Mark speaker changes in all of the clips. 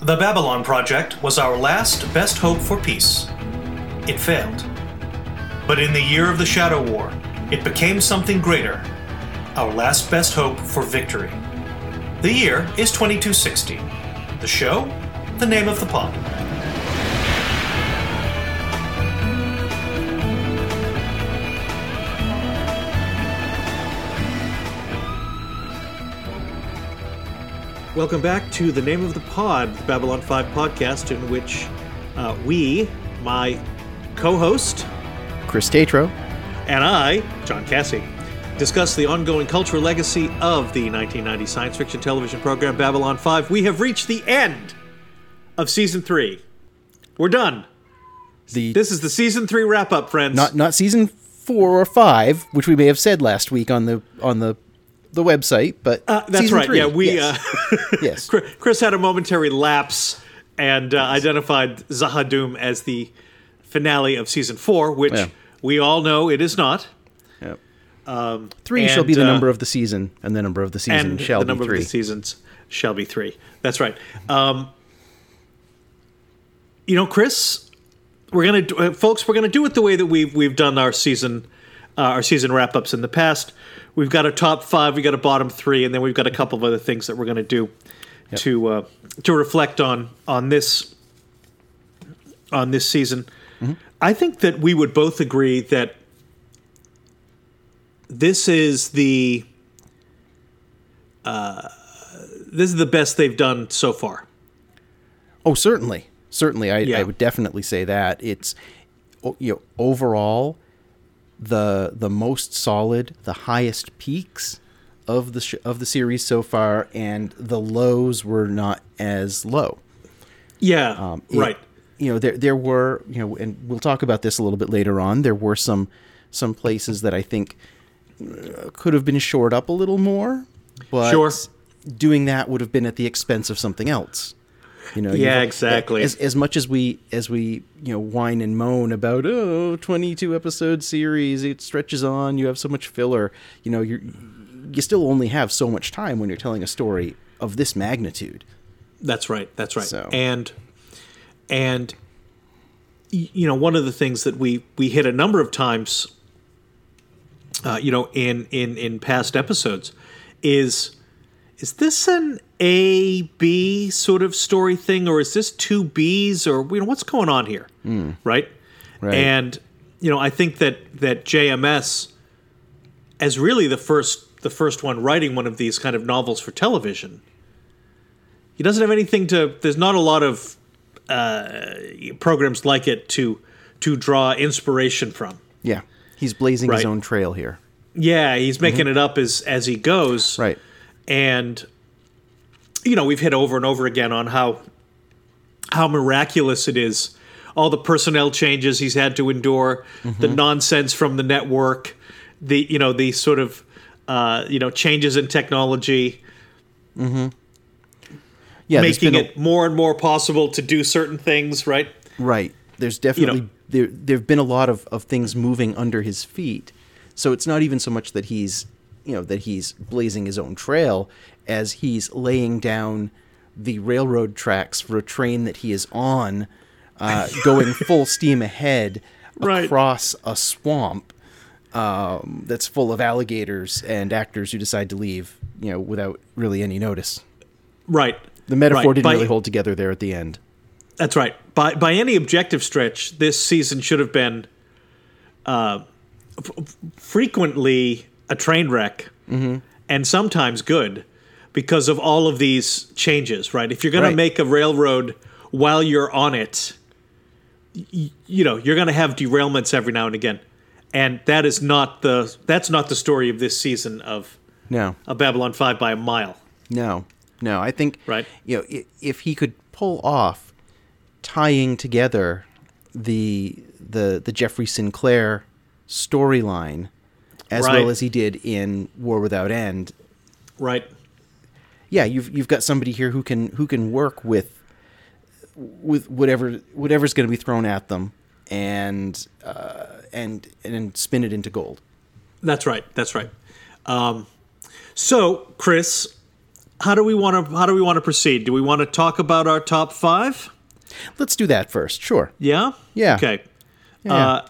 Speaker 1: The Babylon Project was our last best hope for peace. It failed. But in the year of the Shadow War, it became something greater our last best hope for victory. The year is 2260. The show, the name of the pod.
Speaker 2: Welcome back to the name of the pod, the Babylon 5 podcast, in which uh, we, my co host,
Speaker 3: Chris Tatro.
Speaker 2: and I, John Cassie, discuss the ongoing cultural legacy of the 1990 science fiction television program Babylon 5. We have reached the end of season three. We're done.
Speaker 3: The
Speaker 2: This is the season three wrap up, friends.
Speaker 3: not not season four or five, which we may have said last week on the on the the website, but
Speaker 2: Uh, that's
Speaker 3: season
Speaker 2: right.
Speaker 3: three.
Speaker 2: Yeah, we.
Speaker 3: yes.
Speaker 2: Uh,
Speaker 3: yes.
Speaker 2: Chris- Chris had a momentary lapse and uh, identified Zahadoom as the finale of season four, which
Speaker 3: Yeah.
Speaker 2: we all know it is not.
Speaker 3: Yep. three shall
Speaker 2: and,
Speaker 3: be the
Speaker 2: uh,
Speaker 3: number of the season, and the number of the season
Speaker 2: and
Speaker 3: shall
Speaker 2: the
Speaker 3: be
Speaker 2: number
Speaker 3: three.
Speaker 2: of the seasons shall be three. That's right. Um, you know, Chris, we're gonna, do, uh, folks, we're gonna do it the way that we've we've done our season, uh, our season wrap ups in the past. We've got a top five, we got a bottom three, and then we've got a couple of other things that we're gonna do to uh, to reflect on on this on this season.
Speaker 3: Mm-hmm.
Speaker 2: I think that we would both agree that this is the this is the best they've done so far.
Speaker 3: Oh, certainly, certainly. I,
Speaker 2: Yeah.
Speaker 3: I would definitely say that it's o- you know overall the the most solid, the highest peaks of the sh- of the series so far, and the lows were not as low.
Speaker 2: Yeah,
Speaker 3: Um, it-
Speaker 2: right.
Speaker 3: You know, there there were you know, and we'll talk about this a little bit later on. There were some some places that I think uh, could have been shored up a little more, but
Speaker 2: Sure.
Speaker 3: doing that would have been at the expense of something else. You know,
Speaker 2: Yeah,
Speaker 3: you've-
Speaker 2: exactly.
Speaker 3: As, as much as we as we you know whine and moan about oh 22 episode series, it stretches on. You have so much filler. You know, you you still only have so much time when you're telling a story of this magnitude.
Speaker 2: That's right. That's right.
Speaker 3: So-
Speaker 2: And and y- you know, one of the things that we we hit a number of times, uh, you know, in in in past episodes, is is this an A B sort of story thing, or is this two Bs, or you know, what's going on here, right?
Speaker 3: Right.
Speaker 2: And you know, I think that that JMS as really the first the first one writing one of these kind of novels for television. He doesn't have anything to. There's not a lot of uh, programs like it to to draw inspiration from.
Speaker 3: Yeah, he's blazing
Speaker 2: Right.
Speaker 3: his own trail here.
Speaker 2: Yeah, he's making it up as as he goes.
Speaker 3: Mm-hmm. Right.
Speaker 2: and you know we've hit over and over again on how how miraculous it is all the personnel changes he's had to endure the
Speaker 3: Mm-hmm.
Speaker 2: nonsense from the network the you know the sort of uh, you know changes in technology
Speaker 3: Yeah, there's
Speaker 2: making
Speaker 3: been a-
Speaker 2: it more and more possible to do certain things right
Speaker 3: right. There's definitely there there've been a lot of, of things moving under his feet. So it's not even so much that he's you know that he's blazing his own trail as he's laying down the railroad tracks for a train that he is on, uh, going full steam ahead
Speaker 2: Right.
Speaker 3: across a swamp um, that's full of alligators and actors who decide to leave, you know, without really any notice.
Speaker 2: right
Speaker 3: The metaphor
Speaker 2: Right,
Speaker 3: didn't
Speaker 2: by-
Speaker 3: really hold together there at the end.
Speaker 2: That's right. By by any objective stretch, this season should have been uh, f- frequently a train wreck, and sometimes good because of all of these changes. Right? If you're going to
Speaker 3: Right.
Speaker 2: make a railroad while you're on it, y- you know you're going to have derailments every now and again, and that is not the that's not the story of this season of
Speaker 3: No.
Speaker 2: of Babylon Five by a mile.
Speaker 3: No, no. I think
Speaker 2: Right.
Speaker 3: You know, i- if he could pull off tying together the the the Jeffrey Sinclair storyline as
Speaker 2: Right.
Speaker 3: well as he did in War Without End,
Speaker 2: Right?
Speaker 3: yeah, you've you've got somebody here who can who can work with with whatever whatever's going to be thrown at them and uh, and and spin it into gold.
Speaker 2: That's right. That's right. Um, so, Chris, how do we want to how do we want to proceed? Do we want to talk about our top five?
Speaker 3: Let's do that first. Sure.
Speaker 2: Yeah.
Speaker 3: Yeah.
Speaker 2: Okay. Uh,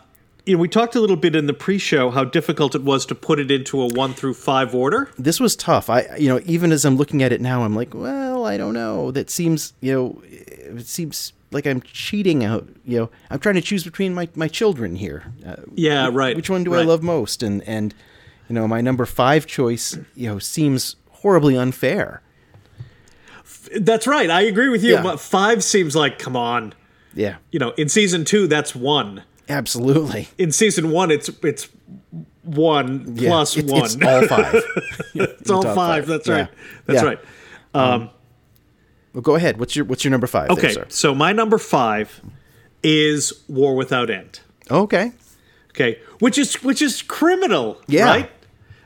Speaker 2: you know, we talked a little bit in the pre-show how difficult it was to put it into a one through five order.
Speaker 3: This was tough. I, you know, even as I'm looking at it now, I'm like, well, I don't know. That seems, you know, it seems like I'm cheating out. You know, I'm trying to choose between my my children here. Uh,
Speaker 2: Yeah. Right.
Speaker 3: which one do I
Speaker 2: right.
Speaker 3: love most? And and you know, my number five choice, you know, seems horribly unfair.
Speaker 2: That's right. I agree with you.
Speaker 3: Yeah.
Speaker 2: But Five seems like come on.
Speaker 3: Yeah,
Speaker 2: You know, in season two, that's one.
Speaker 3: absolutely.
Speaker 2: In season one, it's it's one
Speaker 3: Yeah,
Speaker 2: plus
Speaker 3: it's-
Speaker 2: one.
Speaker 3: It's all five.
Speaker 2: It's all
Speaker 3: top
Speaker 2: five.
Speaker 3: five.
Speaker 2: That's
Speaker 3: Yeah.
Speaker 2: right. That's
Speaker 3: Yeah.
Speaker 2: right.
Speaker 3: well, go ahead. What's your What's your number five?
Speaker 2: Okay.
Speaker 3: There, sir?
Speaker 2: so my number five is War Without End.
Speaker 3: Okay.
Speaker 2: Okay, which is which is criminal,
Speaker 3: Yeah.
Speaker 2: right?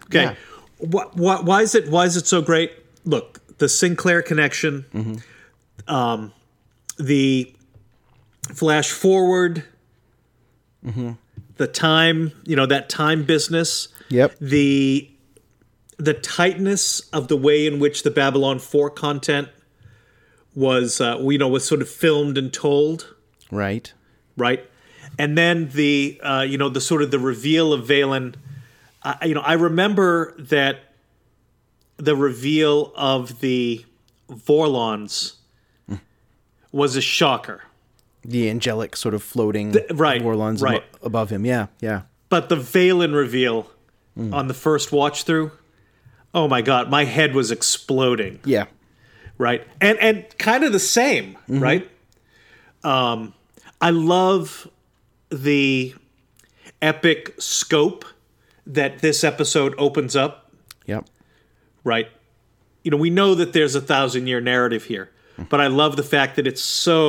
Speaker 2: Okay,
Speaker 3: Yeah.
Speaker 2: Wh- wh- why is it why is it so great? Look, the Sinclair connection, um,
Speaker 3: Mm-hmm.
Speaker 2: the flash forward,
Speaker 3: Mm-hmm.
Speaker 2: the time you know that time business,
Speaker 3: Yep.
Speaker 2: the the tightness of the way in which the Babylon Four content was, uh, you know, was sort of filmed and told
Speaker 3: Right.
Speaker 2: right? And then the uh, you know the sort of the reveal of Valen. I you know, I remember that the reveal of the Vorlons was a shocker,
Speaker 3: The angelic sort of floating
Speaker 2: right,
Speaker 3: Vorlons
Speaker 2: right.
Speaker 3: abo- above him. Yeah. Yeah.
Speaker 2: but the Valen reveal on the first watch through. Oh my god, my head was exploding.
Speaker 3: Yeah.
Speaker 2: right and and kind of the same right um i love the epic scope that this episode opens up
Speaker 3: Yep.
Speaker 2: right you know we know that there's a thousand year narrative here but i love the fact that it's so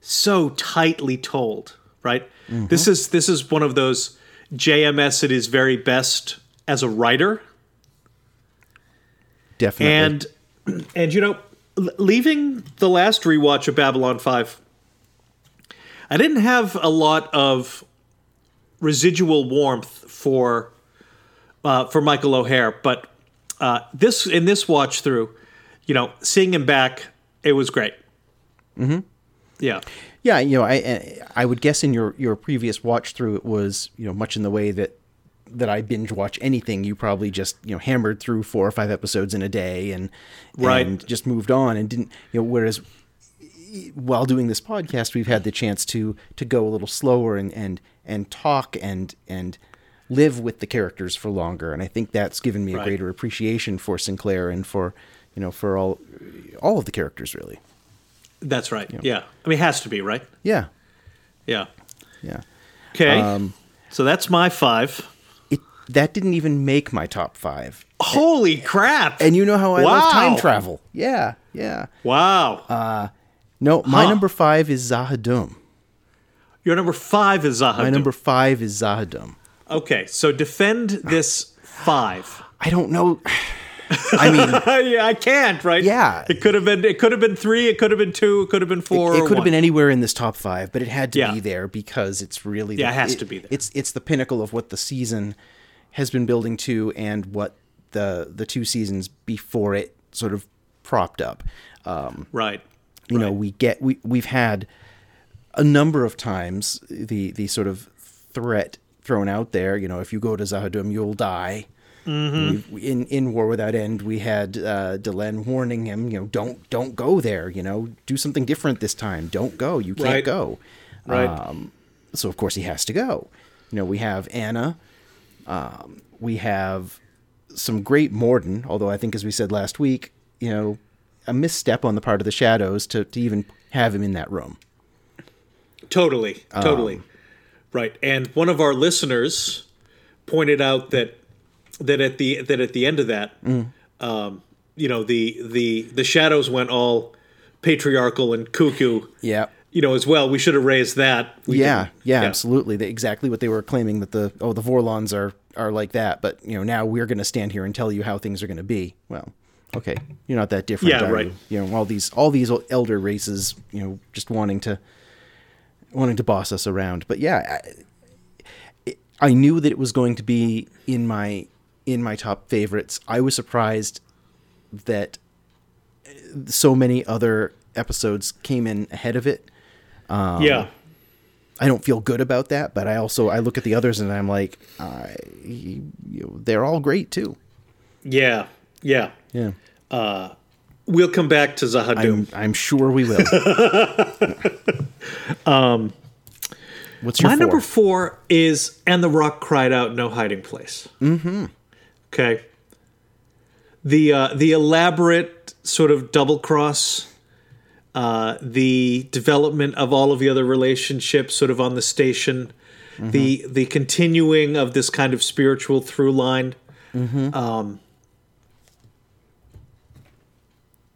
Speaker 2: so tightly told right this is this is one of those jms at his very best as a writer
Speaker 3: Definitely.
Speaker 2: and and you know l- leaving the last rewatch of babylon 5 i didn't have a lot of residual warmth for uh, for michael o'hare but uh, this in this watch through you know seeing him back it was great mm-hmm. yeah
Speaker 3: Yeah, you know, I eh, I would guess in your your previous watch through, it was you know much in the way that that I binge watch anything. You probably just you know hammered through four or five episodes in a day and
Speaker 2: Right.
Speaker 3: and just moved on and didn't you know. Whereas while doing this podcast, we've had the chance to to go a little slower and and and talk and and live with the characters for longer. And I think that's given me a
Speaker 2: Right.
Speaker 3: greater appreciation for Sinclair and for you know for all all of the characters really.
Speaker 2: that's right yeah, i mean it has to be right
Speaker 3: Yeah,
Speaker 2: yeah
Speaker 3: yeah.
Speaker 2: okay
Speaker 3: Um,
Speaker 2: so that's my five
Speaker 3: it that didn't even make my top five.
Speaker 2: holy crap
Speaker 3: And you know how I love time
Speaker 2: Wow.
Speaker 3: travel. Yeah, yeah.
Speaker 2: wow
Speaker 3: No, my
Speaker 2: Huh.
Speaker 3: number five is Zahadum.
Speaker 2: your number five is Zahadu.
Speaker 3: My number five is Zahadum.
Speaker 2: Okay, so defend this five.
Speaker 3: I don't know. I mean,
Speaker 2: yeah, I can't, right?
Speaker 3: Yeah.
Speaker 2: It could have been it could have been three, it could have been two, it could have been four.
Speaker 3: it
Speaker 2: or
Speaker 3: could have
Speaker 2: one.
Speaker 3: been anywhere in this top five, but it had to
Speaker 2: Yeah.
Speaker 3: be there because it's really
Speaker 2: Yeah, it has
Speaker 3: it-
Speaker 2: to be there.
Speaker 3: It's it's the pinnacle of what the season has been building to, and what the the two seasons before it sort of propped up. Um,
Speaker 2: right.
Speaker 3: you know we get we we've had a number of times the the sort of threat thrown out there you know if you go to zahadum you'll die
Speaker 2: Mm-hmm.
Speaker 3: We- in in war without end we had uh delenn warning him you know don't don't go there you know do something different this time don't go you can't
Speaker 2: Right.
Speaker 3: go
Speaker 2: Right.
Speaker 3: um, so of course he has to go you know we have anna um, we have some great Morden, although I think, as we said last week, you know, a misstep on the part of the Shadows to, to even have him in that room.
Speaker 2: Totally.
Speaker 3: um,
Speaker 2: Totally. right. And one of our listeners pointed out that that at the that at the end of that,
Speaker 3: Mm.
Speaker 2: um, you know, the the the shadows went all patriarchal and cuckoo.
Speaker 3: Yeah.
Speaker 2: You know, as well. We should have raised that. We
Speaker 3: Yeah,
Speaker 2: didn't.
Speaker 3: yeah, absolutely. They, exactly what they were claiming that the oh the Vorlons are are like that, but you know now we're going to stand here and tell you how things are going to be. Well, okay, you're not that different.
Speaker 2: Yeah,
Speaker 3: are
Speaker 2: right.
Speaker 3: You? you know all these all these elder races, you know, just wanting to wanting to boss us around. But yeah, I, it- I knew that it was going to be in my in my top favorites. I was surprised that so many other episodes came in ahead of it.
Speaker 2: yeah.
Speaker 3: I don't feel good about that, but I also I look at the others and I'm like, I, you know, they're all great too.
Speaker 2: Yeah. Yeah. Uh,
Speaker 3: Yeah,
Speaker 2: We'll come back to Zahadoom.
Speaker 3: I'm, I'm sure we will. um, what's your
Speaker 2: My
Speaker 3: four?
Speaker 2: number four is And the Rock Cried Out, No Hiding Place. Mm-hmm. Okay. The uh, the elaborate sort of double cross, uh, the development of all of the other relationships sort of on the station, the the continuing of this kind of spiritual through line. Um,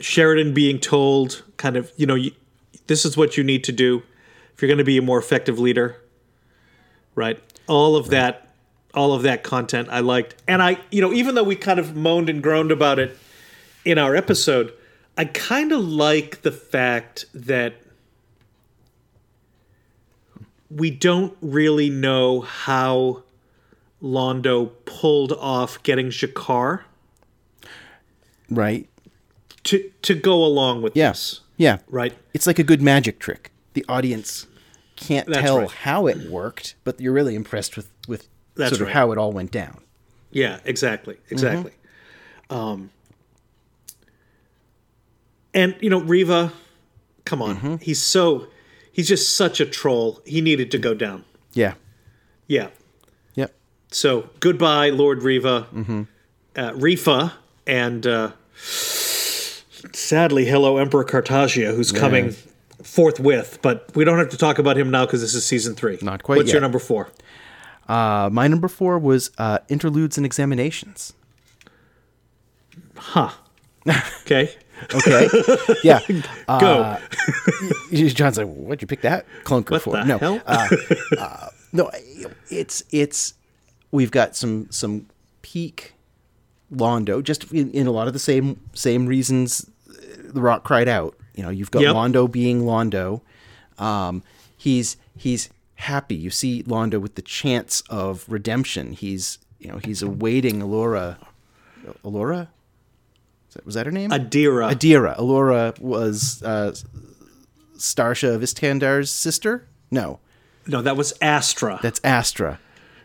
Speaker 2: Sheridan being told, kind of, you know, you, this is what you need to do if you're going to be a more effective leader right all of that all of that content i liked and i you know even though we kind of moaned and groaned about it in our episode i kind of like the fact that we don't really know how londo pulled off getting jakar
Speaker 3: right?
Speaker 2: to to go along with
Speaker 3: Yes.
Speaker 2: this
Speaker 3: Yeah.
Speaker 2: right
Speaker 3: It's like a good magic trick. The audience can't
Speaker 2: That's
Speaker 3: tell
Speaker 2: right.
Speaker 3: how it worked, but you're really impressed with with
Speaker 2: That's
Speaker 3: sort of
Speaker 2: right.
Speaker 3: how it all went down.
Speaker 2: Yeah, exactly,
Speaker 3: Mm-hmm.
Speaker 2: exactly. Um, and you know, Riva, come on,
Speaker 3: Mm-hmm.
Speaker 2: he's so he's just such a troll. He needed to go down.
Speaker 3: Yeah.
Speaker 2: Yeah.
Speaker 3: Yep.
Speaker 2: So goodbye, Lord Riva,
Speaker 3: Mm-hmm.
Speaker 2: uh, Rifa, and uh, sadly, hello, Emperor Cartagia, who's coming forthwith. But we don't have to talk about him now because this is season three.
Speaker 3: Not quite
Speaker 2: What's your
Speaker 3: yet.
Speaker 2: number four?
Speaker 3: Uh, my number four was uh, interludes and examinations.
Speaker 2: Huh. Okay.
Speaker 3: Okay. yeah. Uh,
Speaker 2: Go.
Speaker 3: John's like, what'd you pick that clunker
Speaker 2: What
Speaker 3: for?
Speaker 2: the
Speaker 3: no.
Speaker 2: hell?
Speaker 3: Uh, uh, no. It's it's we've got some some peak Londo just in, in a lot of the same same reasons the Rock cried out. You know, you've got
Speaker 2: Yep.
Speaker 3: Londo being Londo. Um, he's he's happy. You see Londo with the chance of redemption. He's you know he's awaiting Alora. Alora. Is that, was that her name?
Speaker 2: Adira.
Speaker 3: Adira. Alora was uh, Starsha of Iskandar's sister? No,
Speaker 2: no, that was Astra.
Speaker 3: that's Astra.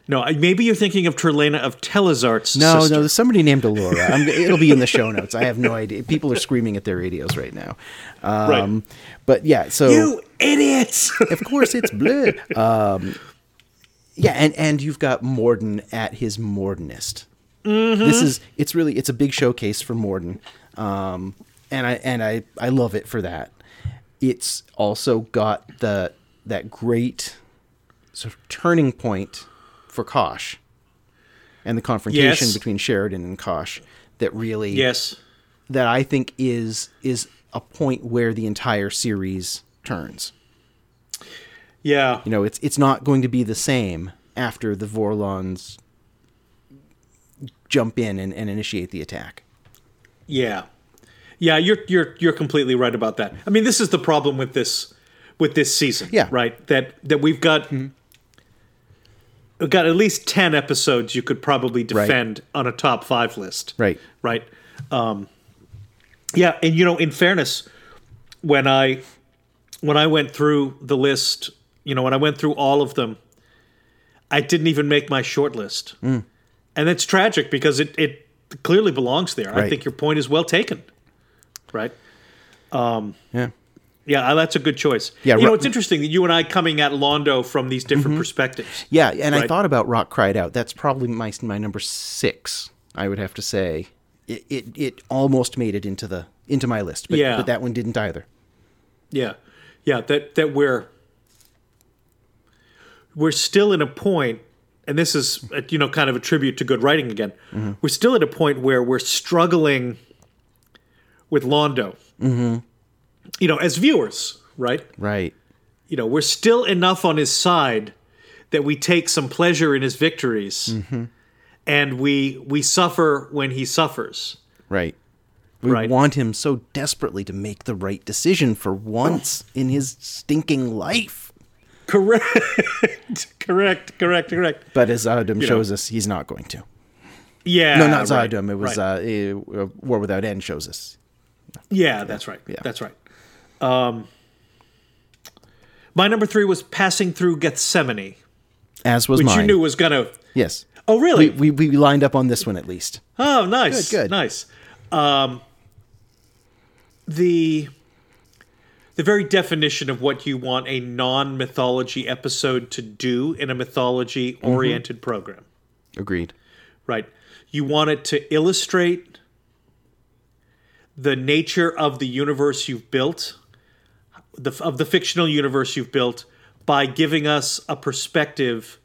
Speaker 2: No, I- maybe you're thinking of Terlena of Telezart's
Speaker 3: No,
Speaker 2: sister.
Speaker 3: no, there's somebody named Alora. I'm, it'll be in the show notes. I have no idea. People are screaming at their radios right now. Um, But yeah, so
Speaker 2: you idiots!
Speaker 3: of course it's blue. Um, yeah, and, and you've got Morden at his Mordenist. This is it's really it's a big showcase for Morden, um, and I and I I love it for that. It's also got the that great sort of turning point for Kosh, and the confrontation
Speaker 2: Yes.
Speaker 3: between Sheridan and Kosh that really
Speaker 2: yes,
Speaker 3: that I think is is a point where the entire series turns
Speaker 2: yeah,
Speaker 3: you know, it's it's not going to be the same after the Vorlons jump in and, and initiate the attack.
Speaker 2: yeah, yeah. You're you're you're completely right about that. I mean, this is the problem with this with this season.
Speaker 3: Yeah. Mm-hmm.
Speaker 2: right. That that we've got we've got at least ten episodes you could probably defend on a top five list.
Speaker 3: Right.
Speaker 2: right? Um, yeah, and you know, in fairness, when I when I went through the list, you know, when I went through all of them, I didn't even make my short list,
Speaker 3: Mm.
Speaker 2: and it's tragic because it it clearly belongs there. I
Speaker 3: Right.
Speaker 2: think your point is well taken, right?
Speaker 3: Yeah.
Speaker 2: Yeah, I- that's a good choice.
Speaker 3: Yeah, Mm-hmm.
Speaker 2: you
Speaker 3: Ro-
Speaker 2: know, it's interesting that you and I coming at Londo from these different perspectives.
Speaker 3: Yeah, and I
Speaker 2: Right.
Speaker 3: thought about Rock Cried Out. That's probably my my number six, I would have to say. It it, it almost made it into the into my list, but,
Speaker 2: Yeah.
Speaker 3: but that one didn't either.
Speaker 2: Yeah, yeah. That that we're we're still in a point, and this is uh, you know kind of a tribute to good writing again. We're still at a point where we're struggling with Londo. Mm-hmm. You know, as viewers, right?
Speaker 3: Right.
Speaker 2: You know, we're still enough on his side that we take some pleasure in his victories, and we we suffer when he suffers.
Speaker 3: Right. We
Speaker 2: Right.
Speaker 3: want him so desperately to make the right decision for once in his stinking life.
Speaker 2: Correct, correct, correct, correct.
Speaker 3: But as Adam
Speaker 2: know.
Speaker 3: shows us, he's not going to.
Speaker 2: Yeah.
Speaker 3: no, not
Speaker 2: Uh, right,
Speaker 3: Zardum. It was
Speaker 2: right.
Speaker 3: uh, eh, War Without End shows us.
Speaker 2: yeah, that's right.
Speaker 3: yeah.
Speaker 2: That's right. Um, my number three was passing through Gethsemane,
Speaker 3: As was
Speaker 2: which
Speaker 3: mine.
Speaker 2: you knew was gonna.
Speaker 3: yes.
Speaker 2: Oh, really?
Speaker 3: We, we, we lined up on this one at least.
Speaker 2: Oh, nice.
Speaker 3: Good, good.
Speaker 2: Nice. Um, the the very definition of what you want a non mythology episode to do in a mythology oriented
Speaker 3: Mm-hmm.
Speaker 2: program,
Speaker 3: Agreed.
Speaker 2: right? You want it to illustrate the nature of the universe you've built, the, of the fictional universe you've built, by giving us a perspective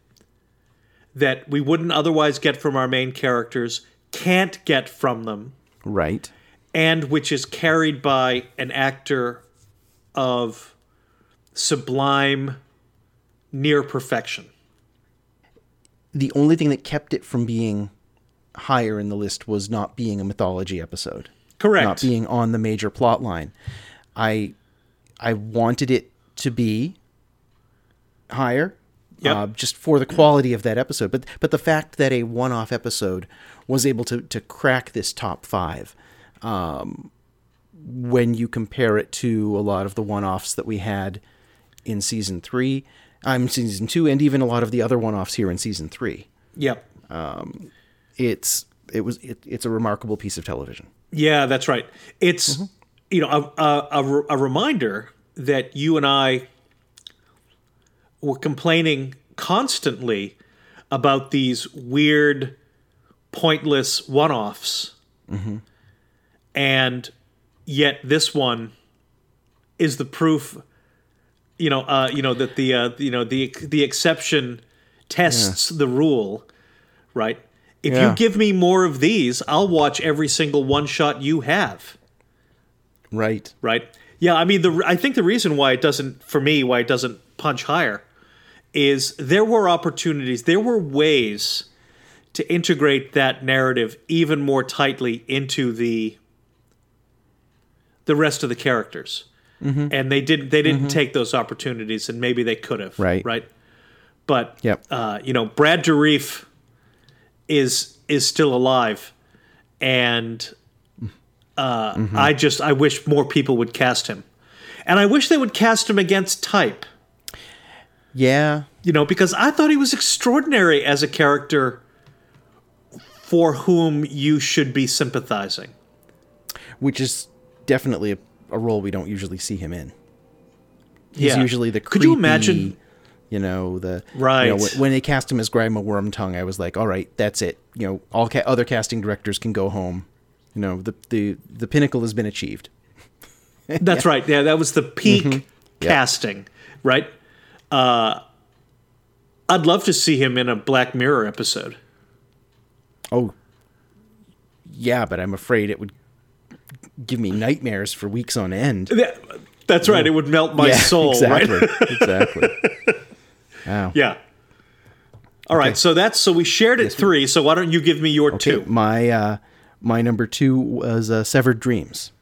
Speaker 2: that we wouldn't otherwise get from our main characters, can't get from them,
Speaker 3: Right.
Speaker 2: and which is carried by an actor of sublime near perfection.
Speaker 3: The only thing that kept it from being higher in the list was not being a mythology episode.
Speaker 2: Correct.
Speaker 3: Not being on the major plot line. I I wanted it to be higher.
Speaker 2: Yep.
Speaker 3: uh, just for the quality of that episode, but but the fact that a one-off episode was able to to crack this top five, um, when you compare it to a lot of the one-offs that we had in season three, I'm season two, and even a lot of the other one-offs here in season three,
Speaker 2: Yep.
Speaker 3: it's it was it, it's a remarkable piece of television.
Speaker 2: Yeah, that's right. It's you know a, a, a, re- a reminder that you and I were complaining constantly about these weird, pointless one-offs, and yet this one is the proof. You know, uh, you know that the uh, you know the the exception tests the rule, right? If
Speaker 3: Yeah.
Speaker 2: you give me more of these, I'll watch every single one shot you have,
Speaker 3: Right.
Speaker 2: right? Yeah, I mean, the I think the reason why it doesn't for me why it doesn't punch higher is there were opportunities, there were ways to integrate that narrative even more tightly into the the rest of the characters, and they didn't they didn't take those opportunities, and maybe they could have,
Speaker 3: Right.
Speaker 2: Right. But
Speaker 3: Yep.
Speaker 2: uh, you know, Brad Dourif is is still alive, and uh,
Speaker 3: Mm-hmm.
Speaker 2: I just I wish more people would cast him, and I wish they would cast him against type.
Speaker 3: Yeah.
Speaker 2: You know, because I thought he was extraordinary as a character for whom you should be sympathizing.
Speaker 3: Which is definitely a, a role we don't usually see him in. He's
Speaker 2: Yeah.
Speaker 3: usually the
Speaker 2: Could you
Speaker 3: creepy,
Speaker 2: imagine-
Speaker 3: You know the you know,
Speaker 2: Right.
Speaker 3: wh- when they cast him as Grandma Wormtongue, I was like, all right, that's it. You know, all ca- other casting directors can go home. You know, the the the pinnacle has been achieved.
Speaker 2: That's right. Yeah, that was the peak
Speaker 3: Mm-hmm.
Speaker 2: casting, right? Uh, I'd love to see him in a Black Mirror episode.
Speaker 3: Oh, yeah, but I'm afraid it would give me nightmares for weeks on end.
Speaker 2: That- that's right. It would melt my
Speaker 3: yeah,
Speaker 2: soul, right?
Speaker 3: exactly, exactly. Wow.
Speaker 2: Yeah. All right. So that's so we shared at three. So why don't you give me your two?
Speaker 3: My uh, my number two was uh, Severed Dreams.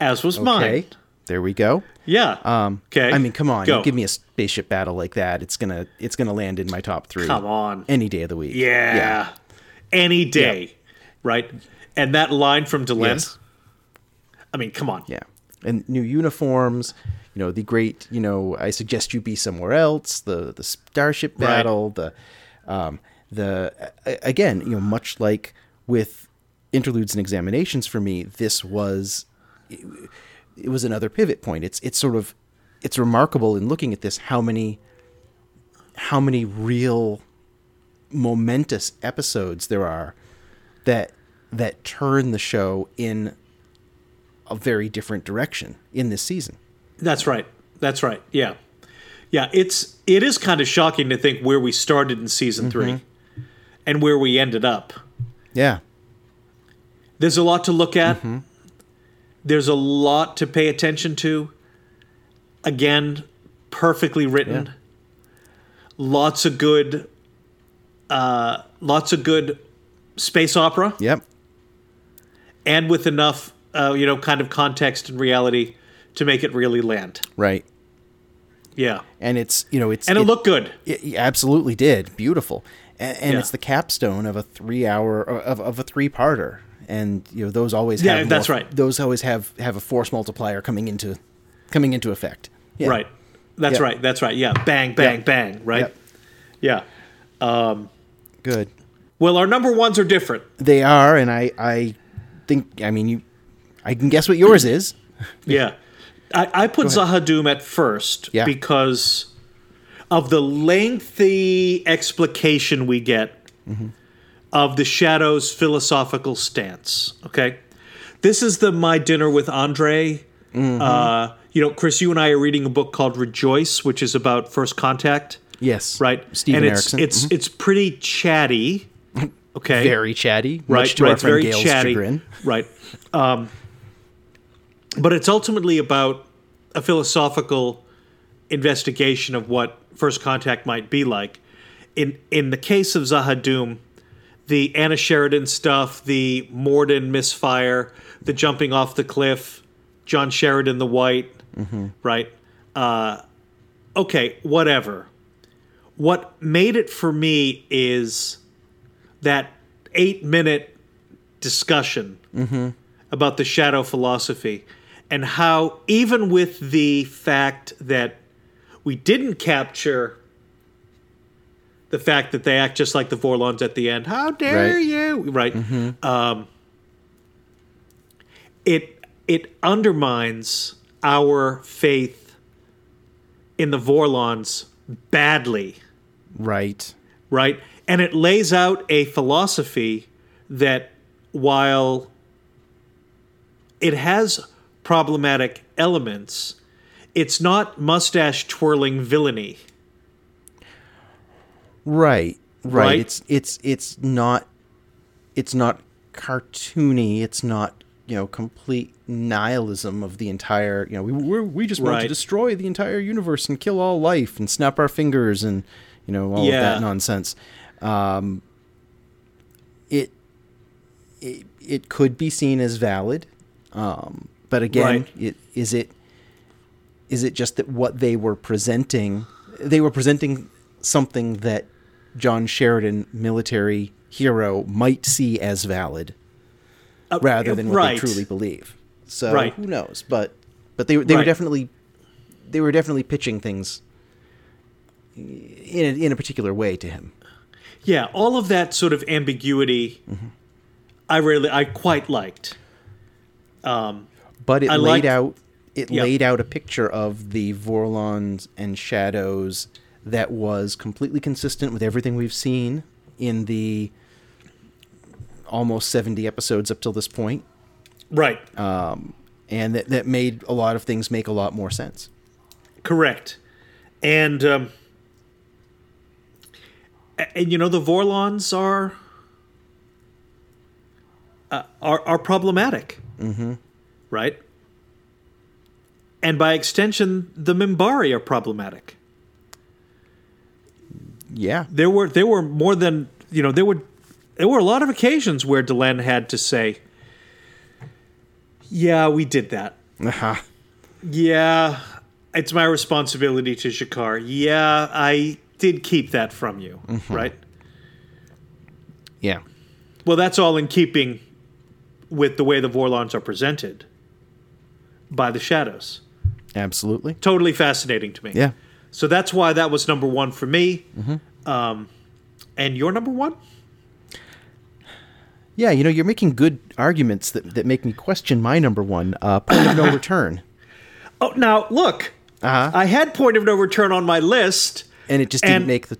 Speaker 2: As was mine.
Speaker 3: there we go.
Speaker 2: Yeah. Um, okay.
Speaker 3: I mean, come on,
Speaker 2: Go.
Speaker 3: you give me a spaceship battle like that. It's gonna it's gonna land in my top three.
Speaker 2: Come on.
Speaker 3: any day of the week.
Speaker 2: Yeah. Any day, right? And that line from Delenn.
Speaker 3: Yes.
Speaker 2: I mean, come on.
Speaker 3: yeah, and new uniforms. You know the great. You know, I suggest you be somewhere else. The the starship
Speaker 2: Right.
Speaker 3: battle. The um the a- again. You know, much like with interludes and examinations for me, this was it was another pivot point. It's it's sort of it's remarkable in looking at this how many how many real momentous episodes there are that that turn the show in a very different direction in this season.
Speaker 2: That's right. That's right. Yeah. Yeah, it's it is kind of shocking to think where we started in season 3
Speaker 3: Mm-hmm.
Speaker 2: and where we ended up.
Speaker 3: Yeah.
Speaker 2: There's a lot to look at.
Speaker 3: Mm-hmm.
Speaker 2: There's a lot to pay attention to. Again, perfectly written. Lots of good uh lots of good space opera
Speaker 3: Yep.
Speaker 2: and with enough uh, you know kind of context and reality to make it really land.
Speaker 3: Right.
Speaker 2: Yeah.
Speaker 3: And it's you know it's
Speaker 2: And it looked good.
Speaker 3: it absolutely did beautiful and, and
Speaker 2: Yeah.
Speaker 3: it's the capstone of a three hour of, of a three parter and you know those always
Speaker 2: Yeah,
Speaker 3: have
Speaker 2: that's
Speaker 3: more-
Speaker 2: right.
Speaker 3: those always have have a force multiplier coming into coming into effect Yeah.
Speaker 2: Right. That's
Speaker 3: Yeah.
Speaker 2: right. That's right. Yeah. Bang, bang,
Speaker 3: Yeah.
Speaker 2: bang. Right. Yeah.
Speaker 3: good
Speaker 2: Well, our number ones are different.
Speaker 3: they are and i i think i mean you i can guess what yours is
Speaker 2: Yeah. I, I put Zaha Doom at first
Speaker 3: Yeah.
Speaker 2: because of the lengthy explication we get
Speaker 3: Mm-hmm.
Speaker 2: of the Shadow's philosophical stance. Okay. This is the My Dinner with Andre.
Speaker 3: Mm-hmm.
Speaker 2: Uh, you know, Chris, you and I are reading a book called Rejoice, which is about first contact.
Speaker 3: yes
Speaker 2: Right.
Speaker 3: steven
Speaker 2: and it's
Speaker 3: erickson Mm-hmm.
Speaker 2: it's it's pretty chatty. Okay.
Speaker 3: very chatty
Speaker 2: right.
Speaker 3: much to
Speaker 2: right.
Speaker 3: our
Speaker 2: it's
Speaker 3: friend
Speaker 2: very
Speaker 3: gail's
Speaker 2: chatty.
Speaker 3: chagrin
Speaker 2: Right. Um, but it's ultimately about a philosophical investigation of what first contact might be like. In in the case of Zaha Doom, the Anna Sheridan stuff, the Morden misfire, the jumping off the cliff, John Sheridan the White,
Speaker 3: Mm-hmm.
Speaker 2: right? Uh, okay, whatever. What made it for me is that eight minute discussion about the shadow philosophy and how, even with the fact that we didn't capture the fact that they act just like the Vorlons at the end, how dare
Speaker 3: Right.
Speaker 2: you? Right. Um, it it undermines our faith in the Vorlons badly
Speaker 3: right
Speaker 2: right? And it lays out a philosophy that while it has problematic elements, it's not mustache twirling villainy.
Speaker 3: Right, right.
Speaker 2: Right?
Speaker 3: It's it's it's not it's not cartoony. It's not you know complete nihilism of the entire you know we we're, we just want
Speaker 2: Right.
Speaker 3: to destroy the entire universe and kill all life and snap our fingers and you know all of
Speaker 2: Yeah.
Speaker 3: that nonsense. Um, it it it could be seen as valid, um, but again,
Speaker 2: Right.
Speaker 3: it, is it is it just that what they were presenting they were presenting something that john sheridan military hero might see as valid
Speaker 2: Uh,
Speaker 3: rather than what
Speaker 2: right.
Speaker 3: they truly believe so
Speaker 2: Right.
Speaker 3: who knows but but they, they
Speaker 2: Right.
Speaker 3: were definitely they were definitely pitching things in a, in a particular way to him
Speaker 2: Yeah, all of that sort of ambiguity,
Speaker 3: Mm-hmm.
Speaker 2: I really, I quite liked.
Speaker 3: but it
Speaker 2: I
Speaker 3: laid
Speaker 2: liked-
Speaker 3: out it
Speaker 2: Yeah.
Speaker 3: laid out a picture of the Vorlons and shadows that was completely consistent with everything we've seen in the almost 70 episodes up till this point
Speaker 2: Right.
Speaker 3: and that, that made a lot of things make a lot more sense
Speaker 2: Correct. And um, a- and you know the Vorlons are uh, are are problematic, mm-hmm. right? And by extension, the Mimbari are problematic.
Speaker 3: yeah
Speaker 2: There were there were more than you know there were there were a lot of occasions where Delenn had to say, "Yeah, we did that."
Speaker 3: uh-huh.
Speaker 2: Yeah, it's my responsibility to Shakar. Yeah, I did keep that from you,
Speaker 3: Mm-hmm.
Speaker 2: right?
Speaker 3: yeah
Speaker 2: Well, that's all in keeping with the way the Vorlons are presented by the Shadows.
Speaker 3: absolutely
Speaker 2: Totally fascinating to me.
Speaker 3: yeah
Speaker 2: So that's why that was number one for me. Um,
Speaker 3: Mm-hmm.
Speaker 2: and your number one?
Speaker 3: yeah you know you're making good arguments that, that make me question my number one uh, point of no return
Speaker 2: Oh, now look,
Speaker 3: Uh-huh.
Speaker 2: I had Point of No Return on my list.
Speaker 3: and it just didn't
Speaker 2: And-
Speaker 3: make the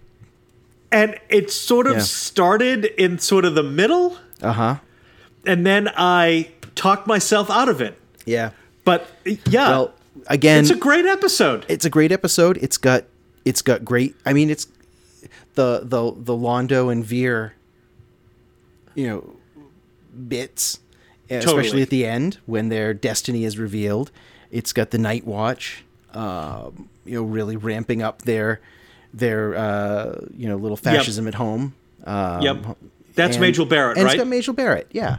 Speaker 2: and it sort of
Speaker 3: Yeah.
Speaker 2: started in sort of the middle
Speaker 3: uh-huh
Speaker 2: and then I talked myself out of it.
Speaker 3: yeah
Speaker 2: But yeah,
Speaker 3: well again
Speaker 2: it's a great episode.
Speaker 3: it's a great episode. It's got it's got great. I mean, it's the the the Londo and Veer, you know, bits,
Speaker 2: Totally.
Speaker 3: especially at the end when their destiny is revealed. It's got the Night Watch, um, you know, really ramping up their their uh, you know little fascism at home. Um,
Speaker 2: yep, that's
Speaker 3: and-
Speaker 2: Majel Barrett,
Speaker 3: and
Speaker 2: right?
Speaker 3: It's got Majel Barrett. Yeah,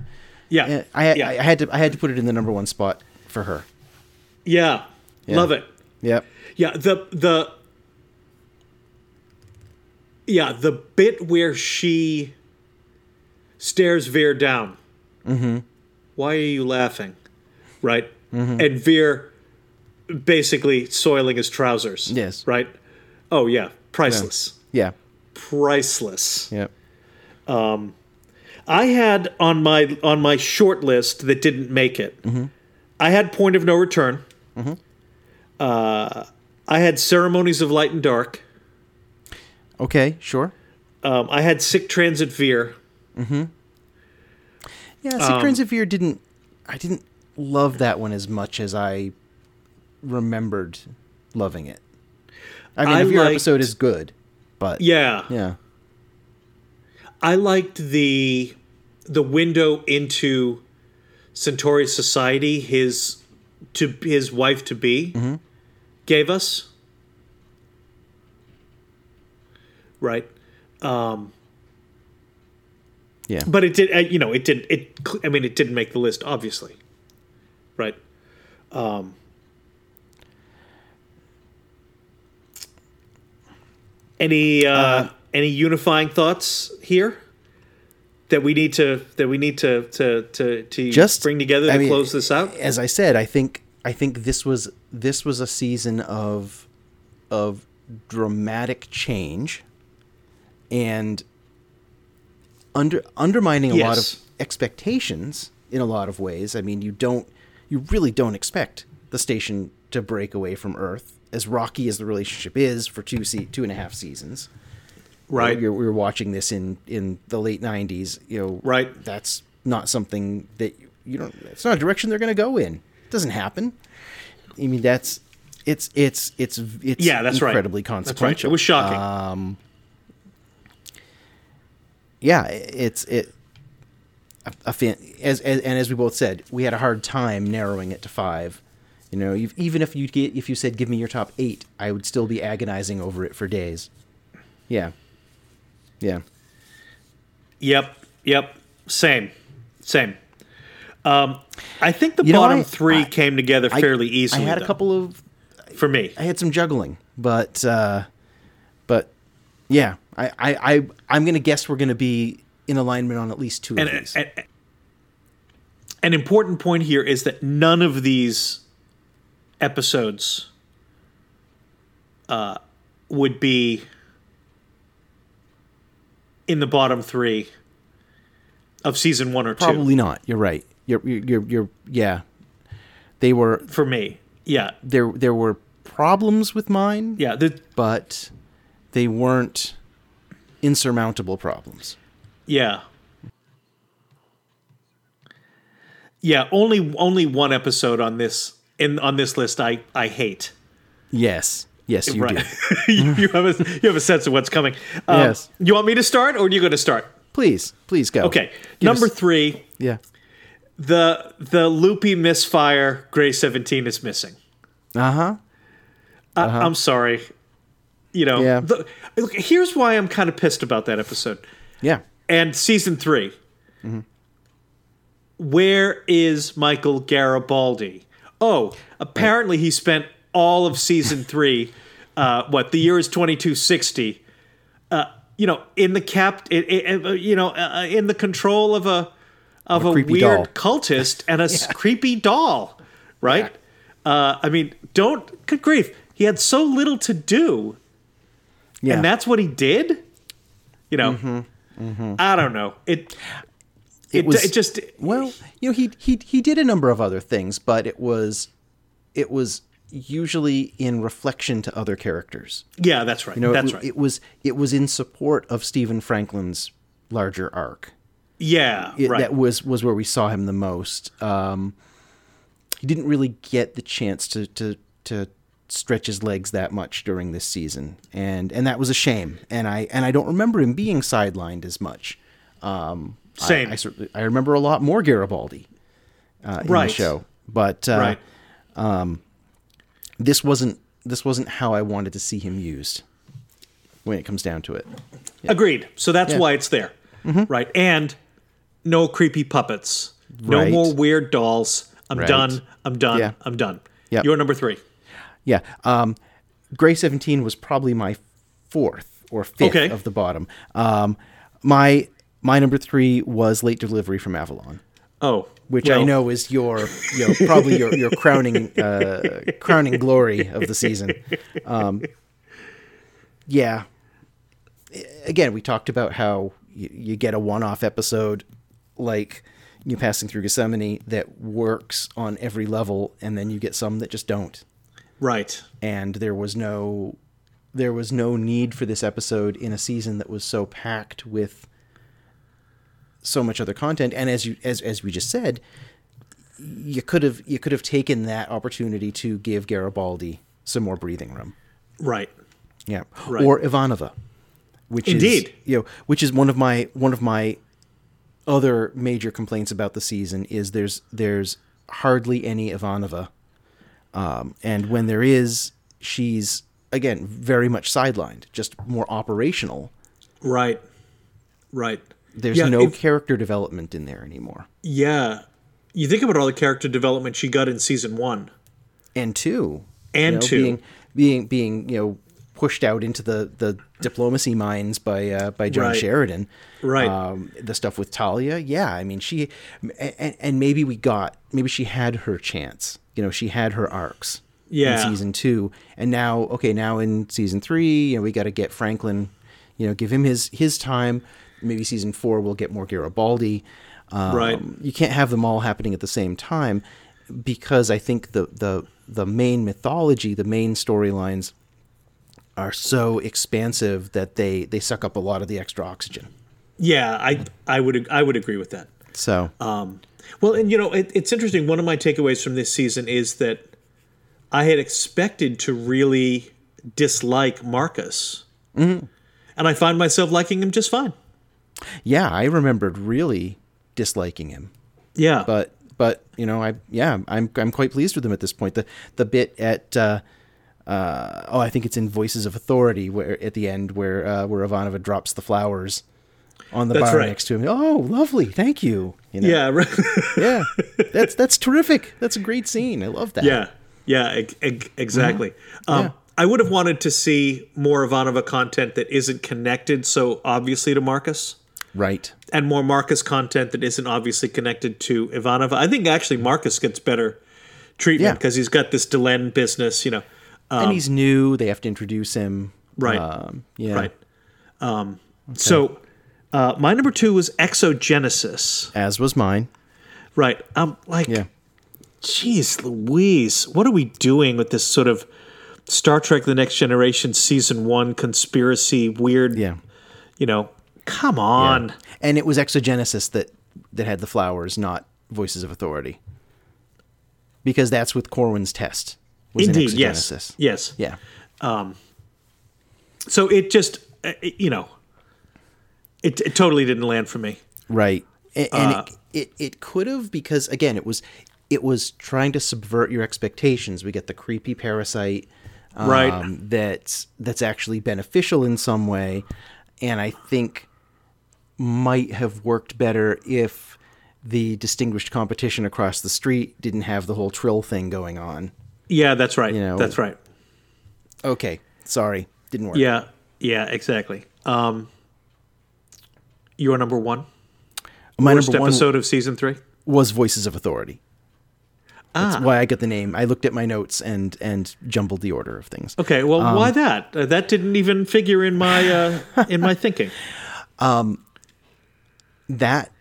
Speaker 2: yeah,
Speaker 3: And I,
Speaker 2: yeah.
Speaker 3: I I had to I had to put it in the number one spot for her.
Speaker 2: yeah.
Speaker 3: Yeah.
Speaker 2: love it.
Speaker 3: Yep.
Speaker 2: Yeah, the the yeah, the bit where she stares Veer down. Mm-hmm. Why are you laughing? Right?
Speaker 3: Mm-hmm.
Speaker 2: And Veer basically soiling his trousers.
Speaker 3: Yes.
Speaker 2: Right? Oh, yeah. Priceless.
Speaker 3: Yeah.
Speaker 2: Priceless.
Speaker 3: Yeah.
Speaker 2: I had on my on my short list that didn't make it. I had Point of No Return. Uh, I had Ceremonies of Light and Dark.
Speaker 3: Okay. Sure.
Speaker 2: Um, I had Sick Transit Veer.
Speaker 3: Yeah. Sick
Speaker 2: Um,
Speaker 3: Transit Fear didn't. I didn't love that one as much as I remembered loving it. I mean,
Speaker 2: I
Speaker 3: if your
Speaker 2: liked-
Speaker 3: episode is good, but
Speaker 2: Yeah.
Speaker 3: yeah.
Speaker 2: I liked the the window into Centauri society his to his wife to be
Speaker 3: Mm-hmm.
Speaker 2: gave us. Right. Um,
Speaker 3: Yeah.
Speaker 2: but it did uh, you know it did it i mean it didn't make the list obviously right um any uh, any unifying thoughts here that we need to that we need to to to, to
Speaker 3: Just-
Speaker 2: bring together
Speaker 3: I
Speaker 2: to
Speaker 3: mean, eh,
Speaker 2: close this out
Speaker 3: as I said, I think I think this was this was a season of of dramatic change and under undermining a lot
Speaker 2: Yes.
Speaker 3: of expectations in a lot of ways. I mean, you don't you really don't expect the station to break away from Earth as rocky as the relationship is for two se- two and a half seasons. We were, we were watching this in in the late '90s. You know,
Speaker 2: Right.
Speaker 3: That's not something that you, you don't. It's not a direction they're going to go in. It doesn't happen. I mean, that's it's it's it's it's
Speaker 2: yeah that's right
Speaker 3: incredibly
Speaker 2: that's
Speaker 3: consequential.
Speaker 2: right it was shocking
Speaker 3: Uh, yeah, it's it. A, a fan, as, as and as we both said, we had a hard time narrowing it to five. You know, you've, even if you get if you said give me your top eight, I would still be agonizing over it for days. Yeah, yeah,
Speaker 2: Yep, yep, same, same. Um, I think the
Speaker 3: You know,
Speaker 2: bottom
Speaker 3: I-
Speaker 2: three
Speaker 3: I-
Speaker 2: came together
Speaker 3: I-
Speaker 2: fairly easily.
Speaker 3: I had
Speaker 2: though,
Speaker 3: a couple of
Speaker 2: for me.
Speaker 3: I had some juggling, but uh, but yeah, I, I I I'm gonna guess we're gonna be in alignment on at least two
Speaker 2: And, uh,
Speaker 3: of these.
Speaker 2: and- an important point here is that none of these episodes uh, would be in the bottom three of season one or two
Speaker 3: Probably not. You're right. You're you're you're, you're yeah. They were
Speaker 2: for me. Yeah,
Speaker 3: there. There were problems with mine,
Speaker 2: yeah. The,
Speaker 3: but they weren't insurmountable problems.
Speaker 2: Yeah. Yeah, only only one episode on this in on this list I I hate.
Speaker 3: Yes. Yes, you do.
Speaker 2: you have a you have a sense of what's coming. Um,
Speaker 3: Yes.
Speaker 2: You want me to start or are you going to start?
Speaker 3: Please, please go.
Speaker 2: Okay.
Speaker 3: Give
Speaker 2: Number
Speaker 3: us-
Speaker 2: 3,
Speaker 3: yeah.
Speaker 2: the the loopy misfire Gray 17 is missing.
Speaker 3: Uh huh.
Speaker 2: I, I'm sorry. You know,
Speaker 3: Uh-huh. Yeah.
Speaker 2: the- look, here's why I'm kind of pissed about that episode.
Speaker 3: Yeah.
Speaker 2: and season 3 Where is Michael Garibaldi? Oh, apparently he spent all of season three. uh, what the year is twenty two sixty. Uh, You know, in the cap, i i- i- you know, uh, in the control of a of a,
Speaker 3: creepy
Speaker 2: weird
Speaker 3: doll.
Speaker 2: cultist and a s- creepy doll, right? Uh, I mean, don't good grief. He had so little to do
Speaker 3: Yeah. Mm-hmm.
Speaker 2: and that's what he did. You know, I don't know. It it, d-
Speaker 3: was-
Speaker 2: it just
Speaker 3: Well, you know, he he he did a number of other things, but it was it was usually in reflection to other characters.
Speaker 2: yeah, that's right.
Speaker 3: You know,
Speaker 2: that's
Speaker 3: it,
Speaker 2: right.
Speaker 3: It was it was in support of Stephen Franklin's larger arc.
Speaker 2: yeah,
Speaker 3: It-
Speaker 2: right.
Speaker 3: That was was where we saw him the most. Um, he didn't really get the chance to to to stretch his legs that much during this season, and and that was a shame. And I and I don't remember him being sidelined as much. Um, I-
Speaker 2: Same.
Speaker 3: I, certainly I remember a lot more Garibaldi uh, in
Speaker 2: Right.
Speaker 3: the show, but uh,
Speaker 2: right.
Speaker 3: this wasn't this wasn't how I wanted to see him used. When it comes down to it,
Speaker 2: Agreed. So that's
Speaker 3: Yeah. Mm-hmm.
Speaker 2: why it's there. Right. And no creepy puppets. No
Speaker 3: Right.
Speaker 2: more weird dolls. I'm
Speaker 3: Right.
Speaker 2: done. I'm done.
Speaker 3: Yeah.
Speaker 2: I'm done.
Speaker 3: Yep.
Speaker 2: You're number 3.
Speaker 3: yeah. Um, Gray Seventeen was probably my fourth or fifth
Speaker 2: Okay.
Speaker 3: of the bottom. Um, my my number three was late delivery from Avalon,
Speaker 2: Oh,
Speaker 3: which I
Speaker 2: well,
Speaker 3: know is your, you know, probably your your crowning uh, crowning glory of the season. Um, yeah. Again, we talked about how you, you get a one-off episode like you passing through Gethsemane that works on every level, and then you get some that just don't
Speaker 2: Right.
Speaker 3: and there was no there was no need for this episode in a season that was so packed with so much other content and as you as as we just said you could have you could have taken that opportunity to give Garibaldi some more breathing room
Speaker 2: Right.
Speaker 3: yeah
Speaker 2: Right.
Speaker 3: or Ivanova which is
Speaker 2: Indeed.
Speaker 3: you know which is one of my one of my other major complaints about the season is there's there's hardly any Ivanova Um, and when there is, she's again very much sidelined, just more operational.
Speaker 2: Right. Right.
Speaker 3: There's
Speaker 2: Yeah,
Speaker 3: no
Speaker 2: if-
Speaker 3: character development in there anymore.
Speaker 2: Yeah. You think about all the character development she got in season one.
Speaker 3: And two,
Speaker 2: And
Speaker 3: you know,
Speaker 2: two.
Speaker 3: being being being you know pushed out into the the diplomacy mines by uh, by John
Speaker 2: Right.
Speaker 3: Sheridan.
Speaker 2: Right.
Speaker 3: Um, the stuff with Talia, yeah. I mean, she and, and maybe we got maybe she had her chance. You know, she had her arcs.
Speaker 2: Yeah.
Speaker 3: In season two, and now okay, now in season three, you know, we got to get Franklin. You know, give him his his time. Maybe season four we'll get more Garibaldi. Um,
Speaker 2: Right.
Speaker 3: You can't have them all happening at the same time because I think the the the main mythology, the main storylines are so expansive that they they suck up a lot of the extra oxygen.
Speaker 2: Yeah, I I would I would agree with that.
Speaker 3: So
Speaker 2: Well, and you know, it, it's interesting. One of my takeaways from this season is that I had expected to really dislike Marcus, and I find myself liking him just fine.
Speaker 3: yeah, I remembered really disliking him.
Speaker 2: Yeah,
Speaker 3: but but you know I yeah I'm I'm quite pleased with them at this point. The the bit at uh, uh, oh I think it's in Voices of Authority where at the end where uh, where Ivanova drops the flowers on the
Speaker 2: That's
Speaker 3: bar
Speaker 2: right.
Speaker 3: next to him. Oh, lovely, thank you. You know,
Speaker 2: yeah, right.
Speaker 3: yeah, that's that's terrific. That's a great scene. I love that.
Speaker 2: yeah, yeah, eg- eg- exactly. Um,
Speaker 3: Yeah.
Speaker 2: I would have wanted to see more Ivanova content that isn't connected so obviously to Marcus.
Speaker 3: right.
Speaker 2: and more Marcus content that isn't obviously connected to Ivanova. I think actually Marcus gets better treatment
Speaker 3: Yeah.
Speaker 2: because he's got this Delenn business, you know.
Speaker 3: and he's new. They have to introduce him.
Speaker 2: Um, Right.
Speaker 3: Um, yeah.
Speaker 2: Right. Um, So uh, my number two was Exogenesis.
Speaker 3: As was mine.
Speaker 2: Right. Um, like,
Speaker 3: Yeah.
Speaker 2: jeez Louise, what are we doing with this sort of Star Trek The Next Generation season one conspiracy weird,
Speaker 3: Yeah.
Speaker 2: you know, come on.
Speaker 3: And it was Exogenesis that that had the flowers, not Voices of Authority, because that's with Corwin's test. Was in
Speaker 2: Indeed. Yes.
Speaker 3: Exogenesis.
Speaker 2: Yes.
Speaker 3: Yeah.
Speaker 2: So it just, uh, it- you know, it, it totally didn't land for me.
Speaker 3: Right. And, and
Speaker 2: Uh.
Speaker 3: it, it it could have because again it was it was trying to subvert your expectations. We get the creepy parasite.
Speaker 2: Right.
Speaker 3: um, that's that's actually beneficial in some way, and I think might have worked better if the distinguished competition across the street didn't have the whole trill thing going on.
Speaker 2: Yeah, that's right.
Speaker 3: know,
Speaker 2: that's right.
Speaker 3: Okay, sorry, didn't work.
Speaker 2: Yeah. Yeah, exactly. Um you are number 1.
Speaker 3: my
Speaker 2: First
Speaker 3: number one
Speaker 2: episode of season 3.
Speaker 3: was Voices of Authority.
Speaker 2: Ah.
Speaker 3: That's why I got the name. I looked at my notes and and jumbled the order of things.
Speaker 2: Okay, well,
Speaker 3: Um,
Speaker 2: why that? Uh, that didn't even figure in my uh in my thinking.
Speaker 3: that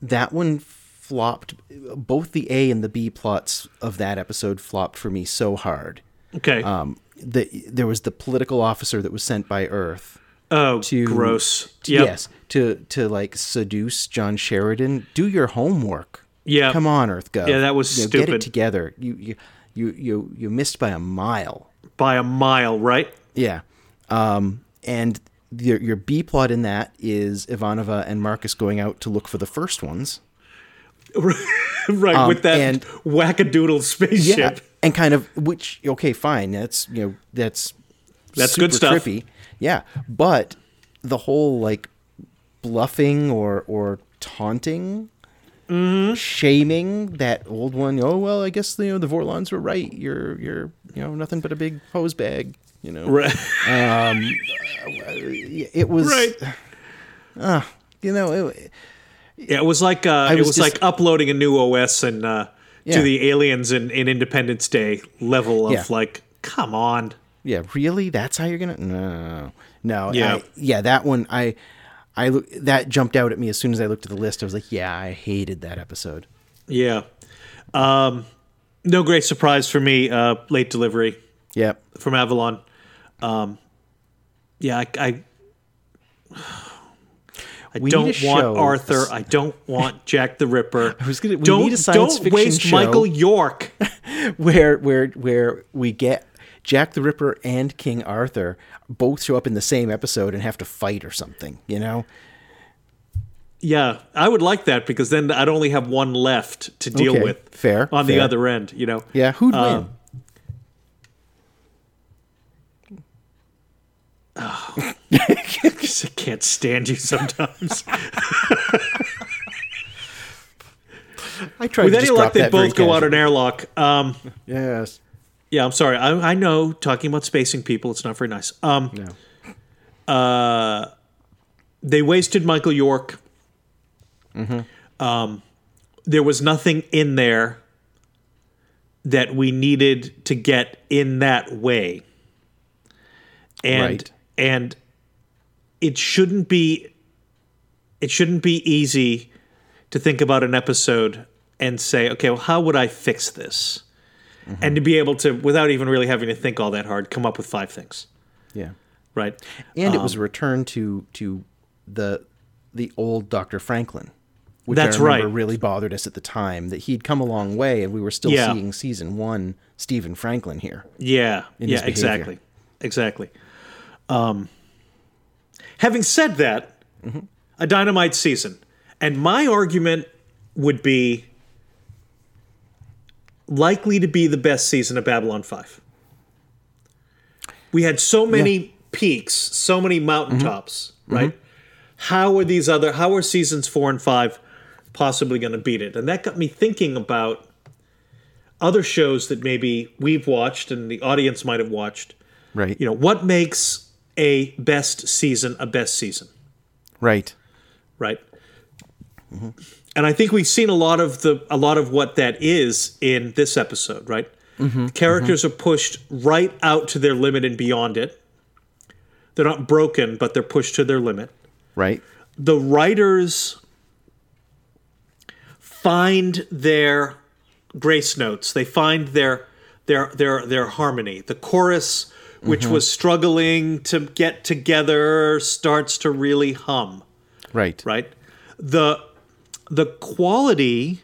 Speaker 3: that one flopped both the A and the B plots of that episode flopped for me so hard.
Speaker 2: Okay.
Speaker 3: Um the there was the political officer that was sent by Earth.
Speaker 2: oh,
Speaker 3: to-
Speaker 2: gross. Yep.
Speaker 3: Yes, to to like seduce John Sheridan. Do your homework.
Speaker 2: Yeah.
Speaker 3: Come on, Earth Go.
Speaker 2: Yeah, that was
Speaker 3: you know, Get it
Speaker 2: stupid.
Speaker 3: together. You you you you you missed by a mile.
Speaker 2: By a mile, right?
Speaker 3: Yeah. Um, and your, your B plot in that is Ivanova and Marcus going out to look for the first ones.
Speaker 2: right, with that
Speaker 3: Um, and-
Speaker 2: wackadoodle spaceship.
Speaker 3: And kind of which okay, fine. That's you know that's
Speaker 2: That's good stuff.
Speaker 3: Trippy. Yeah, but the whole like bluffing or or taunting
Speaker 2: Mm-hmm.
Speaker 3: shaming that old one. Oh well, I guess you know the Vorlons were right. You're you're you know nothing but a big hose bag. You know,
Speaker 2: Right.
Speaker 3: it was
Speaker 2: right.
Speaker 3: You know, it,
Speaker 2: Yeah, it was like uh, it
Speaker 3: was
Speaker 2: was
Speaker 3: just-
Speaker 2: like uploading a new OS and uh,
Speaker 3: Yeah.
Speaker 2: to the aliens in, in Independence Day level of
Speaker 3: Yeah.
Speaker 2: like, come on.
Speaker 3: yeah, really? That's how you're gonna? No, no, no, no.
Speaker 2: Yeah.
Speaker 3: I- yeah. That one, I, I loo- that jumped out at me as soon as I looked at the list. I was like, yeah, I hated that episode.
Speaker 2: Yeah. Um, no great surprise for me. Uh, late delivery
Speaker 3: Yep.
Speaker 2: from Avalon. Um, yeah, I. I I
Speaker 3: We need
Speaker 2: don't want
Speaker 3: a show.
Speaker 2: Arthur. I don't want Jack the Ripper. I
Speaker 3: was gonna- we
Speaker 2: don't
Speaker 3: need a science
Speaker 2: don't
Speaker 3: fiction
Speaker 2: waste
Speaker 3: show.
Speaker 2: Michael York.
Speaker 3: Where where where we get Jack the Ripper and King Arthur both show up in the same episode and have to fight or something. You know?
Speaker 2: Yeah, I would like that because then I'd only have one left to deal
Speaker 3: Okay,
Speaker 2: with.
Speaker 3: fair,
Speaker 2: On the
Speaker 3: fair.
Speaker 2: other end, you know. Um,
Speaker 3: Yeah. Who'd win?
Speaker 2: Because I can't stand you sometimes.
Speaker 3: I tried
Speaker 2: with
Speaker 3: to
Speaker 2: any
Speaker 3: just
Speaker 2: luck,
Speaker 3: drop
Speaker 2: they
Speaker 3: that very
Speaker 2: both go out
Speaker 3: casually.
Speaker 2: an airlock. Um,
Speaker 3: Yes.
Speaker 2: yeah, I'm sorry. I, I know talking about spacing people, it's not very nice. Um,
Speaker 3: No.
Speaker 2: they wasted Michael York. Um, there was nothing in there that we needed to get in that way, and
Speaker 3: Right.
Speaker 2: and it shouldn't be it shouldn't be easy to think about an episode and say, okay, well, how would I fix this? And to be able to, without even really having to think all that hard, come up with five things,
Speaker 3: Yeah.
Speaker 2: right?
Speaker 3: And it was a return to to the the old Dr. Franklin. Which
Speaker 2: That's
Speaker 3: I remember
Speaker 2: right.
Speaker 3: really bothered us at the time that he'd come a long way and we were still
Speaker 2: Yeah.
Speaker 3: seeing season one Stephen Franklin here.
Speaker 2: Yeah.
Speaker 3: his
Speaker 2: Yeah,
Speaker 3: behavior.
Speaker 2: exactly. Exactly. Um, having said that,
Speaker 3: Mm-hmm.
Speaker 2: a dynamite season. And my argument would be likely to be the best season of Babylon 5. We had so many peaks, so many mountaintops,
Speaker 3: Mm-hmm.
Speaker 2: right? How are these other how are seasons 4 and 5 possibly going to beat it? And that got me thinking about other shows that maybe we've watched and the audience might have watched.
Speaker 3: Right.
Speaker 2: You know, what makes a best season a best season,
Speaker 3: Right.
Speaker 2: right? And I think we've seen a lot of the a lot of what that is in this episode, right? Characters are pushed right out to their limit and beyond it. They're not broken, but they're pushed to their limit.
Speaker 3: Right.
Speaker 2: the writers find their grace notes. They find their their their their harmony. The chorus, which was struggling to get together, starts to really hum
Speaker 3: Right.
Speaker 2: right the the quality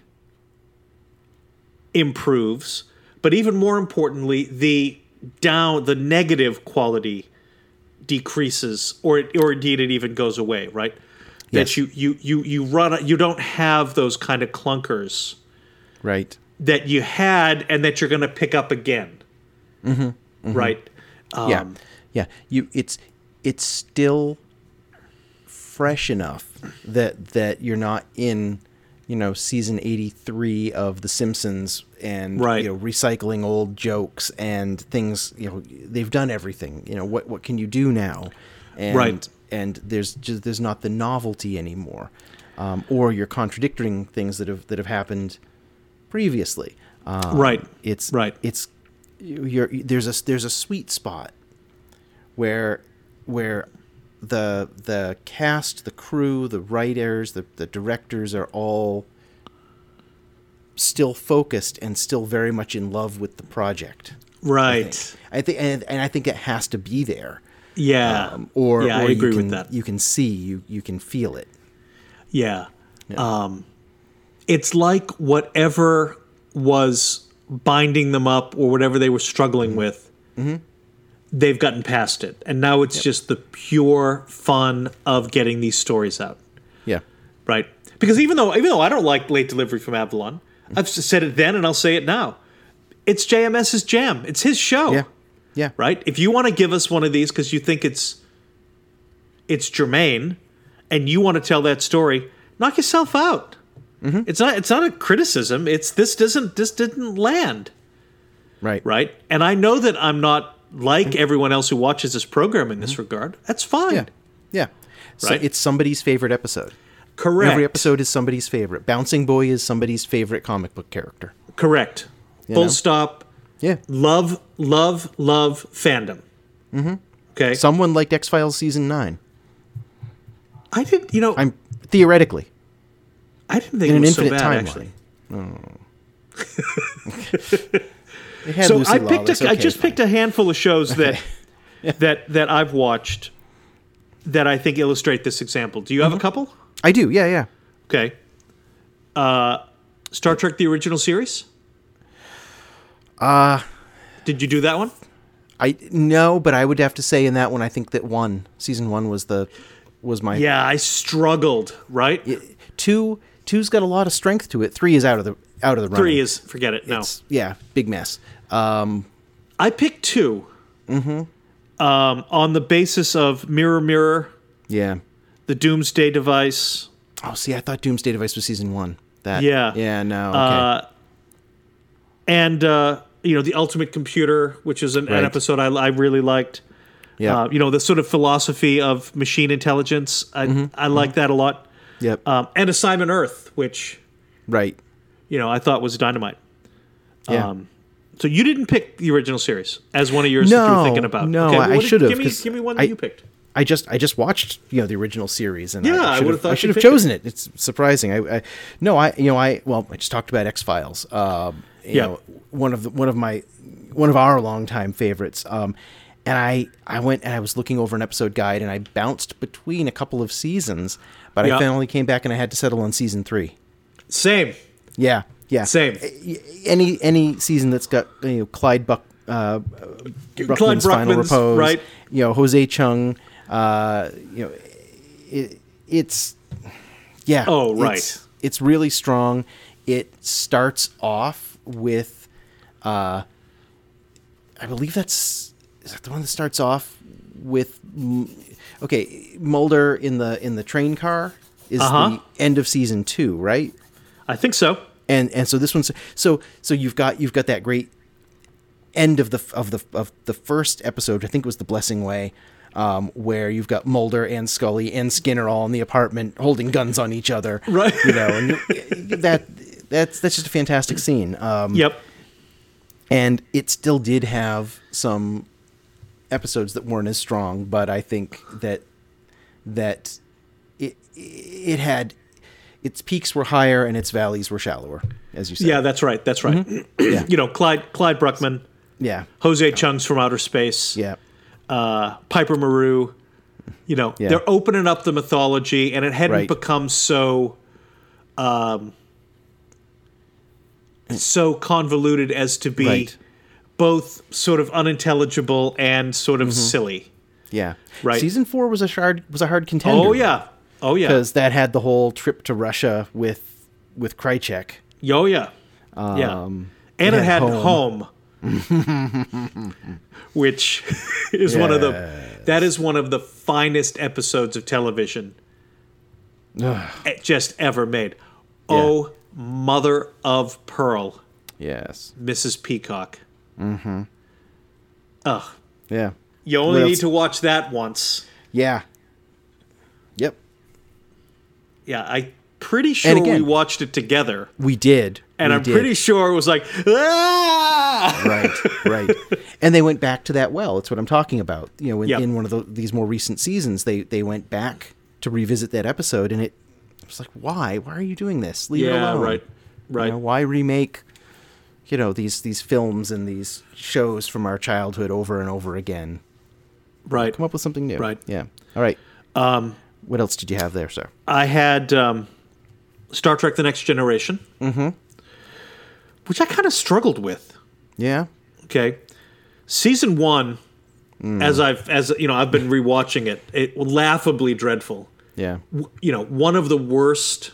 Speaker 2: improves but even more importantly the down the negative quality decreases or it, or indeed it even goes away right
Speaker 3: Yes.
Speaker 2: that you you you you run you don't have those kind of clunkers
Speaker 3: Right.
Speaker 2: that you had and that you're going to pick up again right
Speaker 3: Mm-hmm. yeah.
Speaker 2: Um,
Speaker 3: Yeah. You it's it's still fresh enough that that you're not in, you know, season 83 of The Simpsons and
Speaker 2: Right.
Speaker 3: you know recycling old jokes and things, you know, they've done everything. You know, what what can you do now? And
Speaker 2: Right.
Speaker 3: and there's just there's not the novelty anymore. Um, or you're contradicting things that have that have happened previously. Um,
Speaker 2: Right.
Speaker 3: It's
Speaker 2: Right.
Speaker 3: It's you're there's a there's a sweet spot where where the the cast, the crew, the writers, the the directors are all still focused and still very much in love with the project.
Speaker 2: right
Speaker 3: I think and, and I think it has to be there.
Speaker 2: yeah
Speaker 3: Um, or
Speaker 2: yeah
Speaker 3: or
Speaker 2: i agree
Speaker 3: you can,
Speaker 2: with that
Speaker 3: You can see, you you can feel it.
Speaker 2: Yeah. Um, it's like whatever was binding them up or whatever they were struggling with, they've gotten past it. And now it's just the pure fun of getting these stories out,
Speaker 3: Yeah.
Speaker 2: right? Because even though even though I don't like late delivery from Avalon, I've s- said it then and I'll say it now. It's JMS's jam. It's his show
Speaker 3: Yeah. Yeah.
Speaker 2: Oh. right? If you want to give us one of these because you think it's it's germane and you want to tell that story, knock yourself out.
Speaker 3: Mm-hmm.
Speaker 2: It's not it's not a criticism. It's this doesn't this didn't land
Speaker 3: Right.
Speaker 2: right? And I know that I'm not like everyone else who watches this program in this regard. That's fine.
Speaker 3: Mm-hmm. Yeah. Yeah. So
Speaker 2: Right.
Speaker 3: it's somebody's favorite episode.
Speaker 2: Correct.
Speaker 3: Every episode is somebody's favorite. Bouncing Boy is somebody's favorite comic book character.
Speaker 2: Correct. Full
Speaker 3: know?
Speaker 2: stop.
Speaker 3: Yeah.
Speaker 2: Love, love, love fandom. Mm-hmm. Okay.
Speaker 3: Someone liked X Files season nine.
Speaker 2: I didn't. You know,
Speaker 3: I'm theoretically
Speaker 2: I didn't think
Speaker 3: in
Speaker 2: it
Speaker 3: an
Speaker 2: was so
Speaker 3: infinite
Speaker 2: bad
Speaker 3: timeline. Oh.
Speaker 2: actually.
Speaker 3: It had
Speaker 2: So
Speaker 3: Lucy
Speaker 2: I
Speaker 3: Lawless.
Speaker 2: picked. A, I
Speaker 3: Okay,
Speaker 2: just
Speaker 3: fine.
Speaker 2: picked a handful of shows that that that I've watched that I think illustrate this example. Do you have a couple?
Speaker 3: I do. Yeah. Yeah.
Speaker 2: Okay. Uh, Star Trek: The Original Series. Uh did you do that one?
Speaker 3: I no, but I would have to say in that one, I think that one season one was the was my
Speaker 2: Yeah, I struggled. Right,
Speaker 3: two. Two's got a lot of strength to it. Three is out of the out of the running.
Speaker 2: three is forget it. No,
Speaker 3: It's- yeah, big mess.
Speaker 2: I picked 2 Mm-hmm. Um, on the basis of Mirror Mirror,
Speaker 3: Yeah.
Speaker 2: the Doomsday Device.
Speaker 3: Oh, see, I thought Doomsday Device was season one. That
Speaker 2: Yeah. Uh,
Speaker 3: yeah no okay.
Speaker 2: and uh, you know the ultimate computer which is an, an
Speaker 3: Right.
Speaker 2: episode I, I really liked
Speaker 3: yeah
Speaker 2: uh, you know the sort of philosophy of machine intelligence i,
Speaker 3: Mm-hmm.
Speaker 2: I like that a lot
Speaker 3: yep
Speaker 2: um, and assignment earth which
Speaker 3: right
Speaker 2: you know i thought was dynamite
Speaker 3: yeah
Speaker 2: um, so you didn't pick the original series as one of yours that you were
Speaker 3: No,
Speaker 2: thinking about
Speaker 3: no,
Speaker 2: okay,
Speaker 3: I-
Speaker 2: well,
Speaker 3: I
Speaker 2: what did-
Speaker 3: should've,
Speaker 2: give me,
Speaker 3: 'cause
Speaker 2: give me one that
Speaker 3: I-
Speaker 2: you picked
Speaker 3: I just I just watched you know the original series and
Speaker 2: Yeah, I
Speaker 3: I, should
Speaker 2: would've
Speaker 3: have
Speaker 2: thought
Speaker 3: I should
Speaker 2: you'd
Speaker 3: have
Speaker 2: pick it.
Speaker 3: chosen it. It's surprising. I, I no I you know I well I just talked about X Files. Um, you
Speaker 2: Yeah.
Speaker 3: know, one of the, one of my one of our longtime favorites. Um, and I I went and I was looking over an episode guide and I bounced between a couple of seasons, but
Speaker 2: Yeah.
Speaker 3: I finally came back and I had to settle on season three.
Speaker 2: same
Speaker 3: Yeah, yeah,
Speaker 2: same
Speaker 3: Any any season that's got you know Clyde Buck. Uh, Bruckman's final
Speaker 2: Bruckman's,
Speaker 3: repose,
Speaker 2: right.
Speaker 3: You know Jose Chung. Uh, you know, it, it's yeah.
Speaker 2: Oh, right.
Speaker 3: It's, it's really strong. It starts off with, uh, I believe that's is that the one that starts off with, M- okay, Mulder in the in the train car is
Speaker 2: Uh-huh.
Speaker 3: the end of season two, right?
Speaker 2: i think so
Speaker 3: and and so this one's so so you've got you've got that great end of the of the of the first episode i think it was the blessing way um, where you've got Mulder and Scully and Skinner all in the apartment holding guns on each other,
Speaker 2: Right.
Speaker 3: You know, and that that's that's just a fantastic scene. Um,
Speaker 2: yep
Speaker 3: and it still did have some episodes that weren't as strong but i think that that it it had its peaks were higher and its valleys were shallower as you said
Speaker 2: yeah that's right that's right
Speaker 3: Mm-hmm. Yeah.
Speaker 2: you know clyde clyde bruckman
Speaker 3: yeah
Speaker 2: jose chung's from outer space
Speaker 3: yeah
Speaker 2: uh, Piper Maru. You know,
Speaker 3: Yeah.
Speaker 2: they're opening up the mythology, and it hadn't
Speaker 3: Right.
Speaker 2: become so, um, so convoluted as to be
Speaker 3: Right.
Speaker 2: both sort of unintelligible and sort
Speaker 3: Mm-hmm.
Speaker 2: of silly.
Speaker 3: yeah
Speaker 2: Right.
Speaker 3: season 4 was a hard was a hard contender
Speaker 2: Oh yeah, oh yeah,
Speaker 3: cuz that had the whole trip to russia with with Krychek
Speaker 2: oh yeah, yeah.
Speaker 3: um,
Speaker 2: And it had
Speaker 3: had
Speaker 2: home, which is one of the that is one of the finest episodes of television. e- just ever made. Oh, mother of pearl,
Speaker 3: yes
Speaker 2: Mrs. Peacock.
Speaker 3: yeah
Speaker 2: You only
Speaker 3: Mm-hmm. What
Speaker 2: need
Speaker 3: else?
Speaker 2: to watch that once.
Speaker 3: yeah yep
Speaker 2: Yeah, I pretty sure we
Speaker 3: again-
Speaker 2: watched it together,
Speaker 3: we did
Speaker 2: and
Speaker 3: We
Speaker 2: I'm
Speaker 3: did.
Speaker 2: pretty sure it was like, ah!
Speaker 3: right right and they went back to that well it's what i'm talking about you know in,
Speaker 2: Yep.
Speaker 3: in one of the, these more recent seasons they they went back to revisit that episode and it was like why why are you doing this leave it
Speaker 2: yeah,
Speaker 3: alone
Speaker 2: right,
Speaker 3: You
Speaker 2: right.
Speaker 3: know, why remake you know these these films and these shows from our childhood over and over again
Speaker 2: Right.
Speaker 3: come up with something new
Speaker 2: Right.
Speaker 3: yeah all right um what else did you have there sir
Speaker 2: I had um, Star Trek: The Next Generation, mm-hmm. which I kind of struggled with.
Speaker 3: yeah
Speaker 2: Okay, season one, as I've as you know, I've been rewatching it. It laughably dreadful.
Speaker 3: yeah
Speaker 2: you know, one of the worst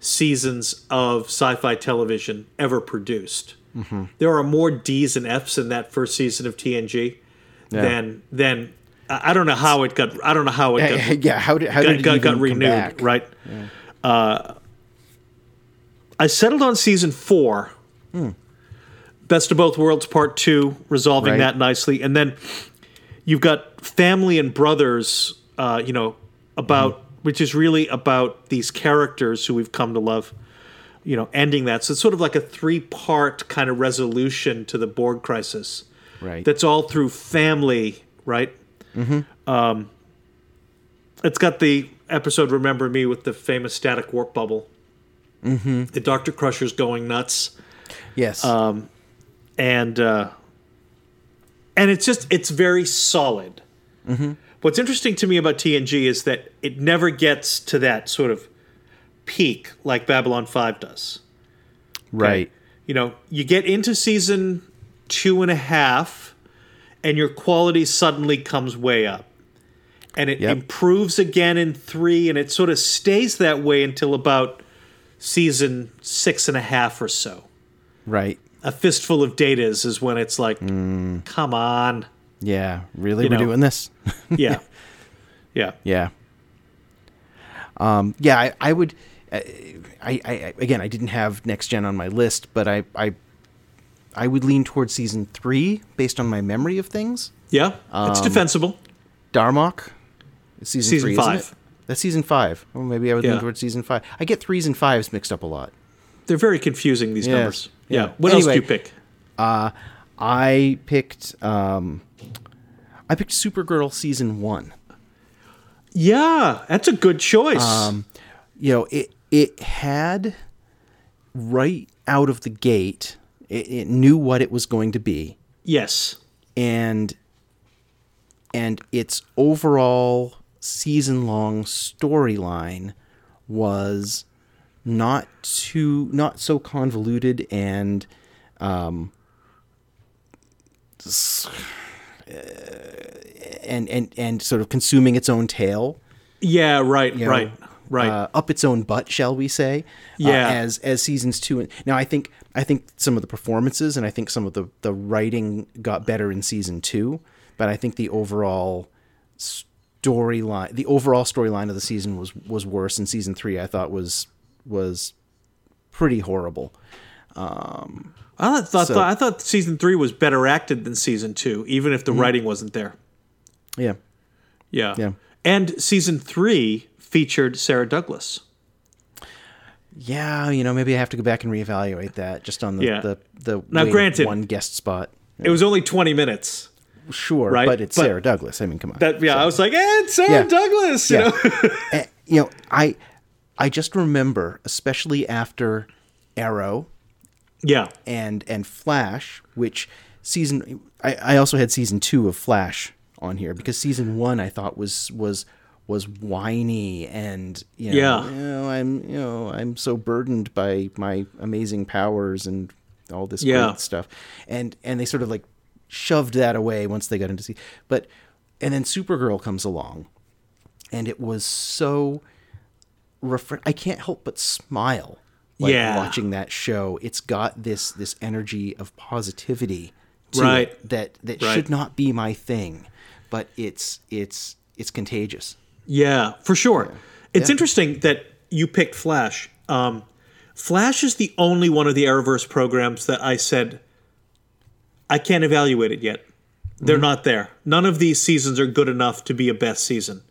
Speaker 2: seasons of sci-fi television ever produced. There are more D's and F's in that first season of TNG than than I I don't know how it got. I don't know how it got
Speaker 3: yeah how did how
Speaker 2: got,
Speaker 3: did it
Speaker 2: got,
Speaker 3: even
Speaker 2: got
Speaker 3: come
Speaker 2: renewed,
Speaker 3: back?
Speaker 2: right? Uh, I settled on season four,
Speaker 3: Hmm.
Speaker 2: Best of Both Worlds Part Two, resolving
Speaker 3: Right.
Speaker 2: that nicely, and then you've got Family and Brothers. Uh, you know about
Speaker 3: Mm-hmm.
Speaker 2: which is really about these characters who we've come to love. You know, ending that. So it's sort of like a three-part kind of resolution to the Borg crisis.
Speaker 3: Right.
Speaker 2: That's all through family, right? Mm-hmm. Um, it's got the episode "Remember Me" with the famous static warp bubble. Mm-hmm. The Doctor Crusher's going nuts,
Speaker 3: yes.
Speaker 2: and uh, and it's just it's very solid. Mm-hmm. What's interesting to me about TNG is that it never gets to that sort of peak like Babylon Five does.
Speaker 3: right.
Speaker 2: you know, you get into season two and a half, and your quality suddenly comes way up. And it
Speaker 3: Yep.
Speaker 2: improves again in three, and it sort of stays that way until about season six and a half or so.
Speaker 3: Right.
Speaker 2: A fistful of data is, is when it's like,
Speaker 3: Mm.
Speaker 2: come on.
Speaker 3: Yeah. Really,
Speaker 2: You
Speaker 3: we're
Speaker 2: know.
Speaker 3: doing this.
Speaker 2: Yeah. yeah.
Speaker 3: Yeah. Um, yeah, I, I would. I, I, I again, I didn't have next gen on my list, but I, I, I would lean towards season three based on my memory of things.
Speaker 2: Yeah. it's
Speaker 3: Um,
Speaker 2: defensible.
Speaker 3: Darmok, is season,
Speaker 2: Season
Speaker 3: three, isn't
Speaker 2: five.
Speaker 3: it? That's season five. Well, maybe I would
Speaker 2: Yeah.
Speaker 3: lean towards season five. I get threes and fives mixed up a lot.
Speaker 2: They're very confusing, these
Speaker 3: Yes.
Speaker 2: numbers. Yeah.
Speaker 3: Yeah.
Speaker 2: What else do
Speaker 3: Anyway.
Speaker 2: you pick?
Speaker 3: Uh, I picked. Um, I picked Supergirl season one.
Speaker 2: Yeah. That's a good choice.
Speaker 3: Um, you know it it had right out of the gate it, it knew what it was going to be
Speaker 2: yes.
Speaker 3: and and its overall season long storyline was not too not so convoluted and um s- uh, and and and sort of consuming its own tail
Speaker 2: Yeah. Right.
Speaker 3: know,
Speaker 2: right. Right.
Speaker 3: uh, up its own butt, shall we say? uh,
Speaker 2: Yeah.
Speaker 3: as as seasons two, and now I think I think some of the performances and I think some of the the writing got better in season two, but I think the overall storyline, the overall storyline of the season was was worse. And season three, I thought was was pretty horrible.
Speaker 2: I thought,
Speaker 3: So-
Speaker 2: I thought season three was better acted than season two, even if the writing wasn't there.
Speaker 3: Yeah,
Speaker 2: Yeah.
Speaker 3: Mm. Yeah.
Speaker 2: And season three featured Sarah Douglas.
Speaker 3: yeah. You know, maybe I have to go back and reevaluate that just on the
Speaker 2: Yeah.
Speaker 3: the the
Speaker 2: Now,
Speaker 3: weight of
Speaker 2: granted-
Speaker 3: one guest spot.
Speaker 2: It was only 20 minutes.
Speaker 3: Sure,
Speaker 2: Right,
Speaker 3: but it's
Speaker 2: but-
Speaker 3: Sarah Douglas. I mean, come on.
Speaker 2: That Yeah, I was like, eh, it's Sarah
Speaker 3: Yeah.
Speaker 2: Douglas. You
Speaker 3: Yeah.
Speaker 2: know?
Speaker 3: Eh, you know, I I just remember, especially after Arrow
Speaker 2: yeah.
Speaker 3: and and Flash, which season I, I also had season two of Flash on here because season one I thought was was was whiny and you know,
Speaker 2: Yeah.
Speaker 3: you know, I'm you know I'm so burdened by my amazing powers and all this
Speaker 2: Yeah.
Speaker 3: great stuff, and and they sort of like shoved that away once they got into see, but and then Supergirl comes along, and it was so refre- I can't help but smile. Like
Speaker 2: Yeah.
Speaker 3: watching that show, it's got this this energy of positivity to
Speaker 2: Right.
Speaker 3: it that that
Speaker 2: Right.
Speaker 3: should not be my thing, but it's it's it's contagious.
Speaker 2: Yeah, for sure. It's
Speaker 3: Yeah.
Speaker 2: interesting that you picked Flash. Um, Flash is the only one of the Arrowverse programs that I said I can't evaluate it yet.
Speaker 3: Mm-hmm.
Speaker 2: They're not there. None of these seasons are good enough to be a best season.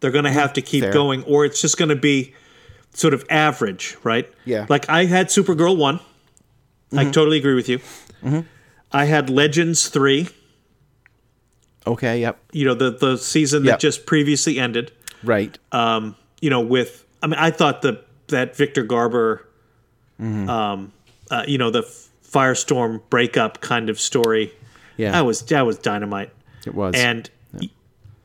Speaker 2: They're going to have to keep
Speaker 3: Fair.
Speaker 2: going, or it's just going to be sort of average, right?
Speaker 3: Yeah. Mm-hmm.
Speaker 2: Like I had Supergirl one. I totally agree with you. I had Legends three.
Speaker 3: Okay, yep,
Speaker 2: You know the the season
Speaker 3: Yep.
Speaker 2: that just previously ended
Speaker 3: right,
Speaker 2: you know, with I mean, I thought the that Victor Garber,
Speaker 3: Mm-hmm.
Speaker 2: um, uh, you know, the Firestorm breakup kind of story,
Speaker 3: Yeah.
Speaker 2: that was that was dynamite,
Speaker 3: it was
Speaker 2: and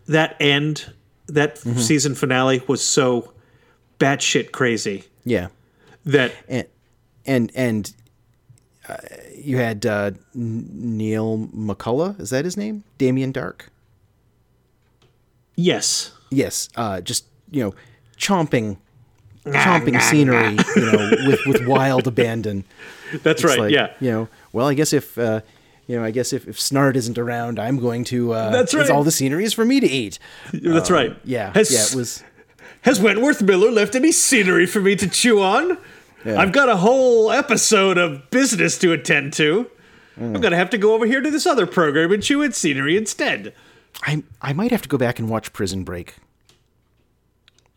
Speaker 2: that end, that
Speaker 3: Mm-hmm.
Speaker 2: season finale was so batshit crazy
Speaker 3: yeah,
Speaker 2: that
Speaker 3: and and and uh, you had uh, N- Neil McCullough, is that his name? Damien Dark.
Speaker 2: yes,
Speaker 3: yes, uh, just you know, chomping, chomping scenery, you know, with, with wild abandon.
Speaker 2: that's
Speaker 3: It's
Speaker 2: right,
Speaker 3: like,
Speaker 2: yeah,
Speaker 3: You know, well, I guess if uh, you know, I guess if, if Snart isn't around, I'm going to. Uh,
Speaker 2: That's
Speaker 3: it's
Speaker 2: right.
Speaker 3: All the scenery is for me to eat.
Speaker 2: that's right,
Speaker 3: uh, Yeah,
Speaker 2: Has,
Speaker 3: yeah, it was.
Speaker 2: has Wentworth Miller left any scenery for me to chew on?
Speaker 3: Yeah.
Speaker 2: I've got a whole episode of business to attend to. I'm gonna have to go over here to this other program and chew its scenery instead.
Speaker 3: I I might have to go back and watch Prison Break.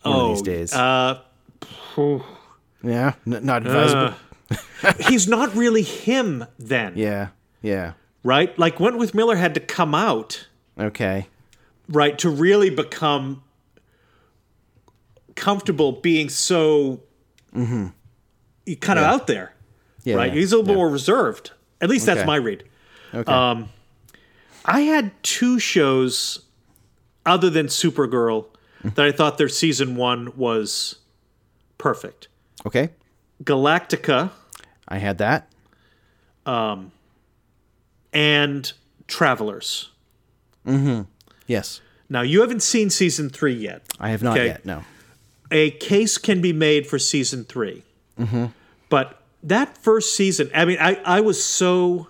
Speaker 3: One of these days.
Speaker 2: Uh,
Speaker 3: yeah, n- not advisable.
Speaker 2: he's not really him then,
Speaker 3: yeah, yeah.
Speaker 2: right? Like Wentworth Miller had to come out,
Speaker 3: Okay.
Speaker 2: right, to really become comfortable being so
Speaker 3: Mm-hmm.
Speaker 2: kind of out there,
Speaker 3: Yeah,
Speaker 2: right?
Speaker 3: yeah,
Speaker 2: He's a little
Speaker 3: yeah.
Speaker 2: more reserved. At least that's
Speaker 3: Okay.
Speaker 2: my read. Um,
Speaker 3: Okay.
Speaker 2: I had two shows other than Supergirl that I thought their season one was perfect.
Speaker 3: okay.
Speaker 2: Galactica
Speaker 3: I had that.
Speaker 2: and Travelers.
Speaker 3: Yes.
Speaker 2: Now you haven't seen season three yet.
Speaker 3: I have not
Speaker 2: Okay.
Speaker 3: yet. No.
Speaker 2: A case can be made for season 3
Speaker 3: Mm-hmm.
Speaker 2: but that first season. I mean, I I was so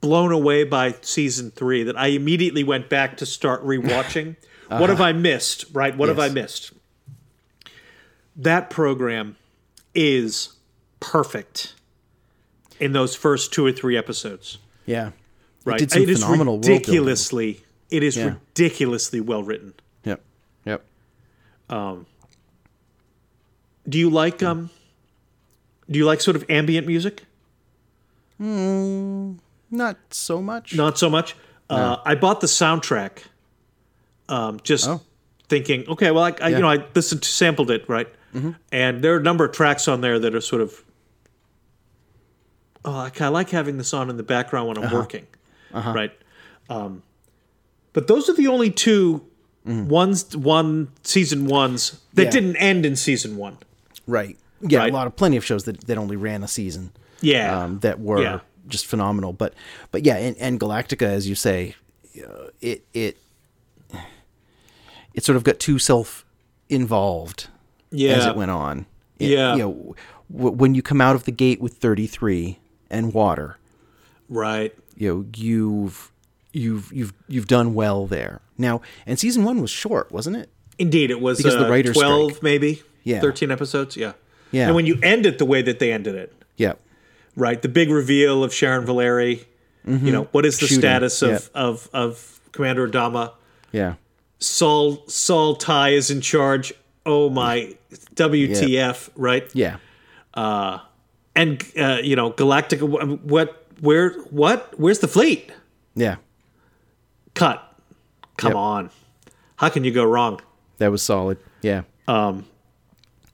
Speaker 2: blown away by season three that I immediately went back to start rewatching. What have I missed? Right? What have
Speaker 3: Uh-huh. Yes.
Speaker 2: I missed? That program is perfect in those first two or three episodes.
Speaker 3: Yeah.
Speaker 2: Right?
Speaker 3: did some
Speaker 2: is
Speaker 3: phenomenal world building.
Speaker 2: ridiculously. It is
Speaker 3: Yeah.
Speaker 2: ridiculously well written.
Speaker 3: Yep. Yep.
Speaker 2: Do you like
Speaker 3: Hmm.
Speaker 2: um? Do you like sort of ambient music?
Speaker 3: Not so much.
Speaker 2: Not so much. Uh, I bought the soundtrack. Um, just
Speaker 3: Oh.
Speaker 2: thinking, okay, well, I, I
Speaker 3: Yeah. Mm-hmm.
Speaker 2: you know I listened to sampled it right, and there are a number of tracks on there that are sort of. Oh, I kind of like having this on in the background when I'm
Speaker 3: Uh-huh.
Speaker 2: working, right? Um, but those are the only two ones, one season ones that
Speaker 3: Mm. Yeah.
Speaker 2: didn't end in season one.
Speaker 3: Right. Yeah.
Speaker 2: Right.
Speaker 3: A lot of plenty of shows that, that only ran a season.
Speaker 2: Yeah,
Speaker 3: um, that were
Speaker 2: Yeah.
Speaker 3: just phenomenal. But but yeah, and, and Galactica, as you say, uh, it it it sort of got too self involved as
Speaker 2: Yeah.
Speaker 3: it went on. It-
Speaker 2: Yeah.
Speaker 3: you know, w- when you come out of the gate with thirty three and water,
Speaker 2: right.
Speaker 3: you know you've you've you've you've done well there. Now, and season one was short, wasn't it?
Speaker 2: Indeed, it was
Speaker 3: Because
Speaker 2: uh,
Speaker 3: the writer's
Speaker 2: twelve,
Speaker 3: strike.
Speaker 2: maybe
Speaker 3: Yeah.
Speaker 2: thirteen episodes. Yeah,
Speaker 3: Yeah.
Speaker 2: And when you end it the way that they ended it,
Speaker 3: Yeah.
Speaker 2: right? The big reveal of Sharon Valeri. You know what is the
Speaker 3: Mm-hmm. Shooting,
Speaker 2: status of,
Speaker 3: yeah.
Speaker 2: of of Commander Adama?
Speaker 3: Yeah.
Speaker 2: Saul Saul Ty is in charge. Oh my, WTF? Right?
Speaker 3: Yeah.
Speaker 2: And uh, you know Galactica. wh- What? Where? What? Where's the fleet?
Speaker 3: Yeah.
Speaker 2: Cut. Come
Speaker 3: Yep.
Speaker 2: on. How can you go wrong?
Speaker 3: That was solid. Yeah.
Speaker 2: And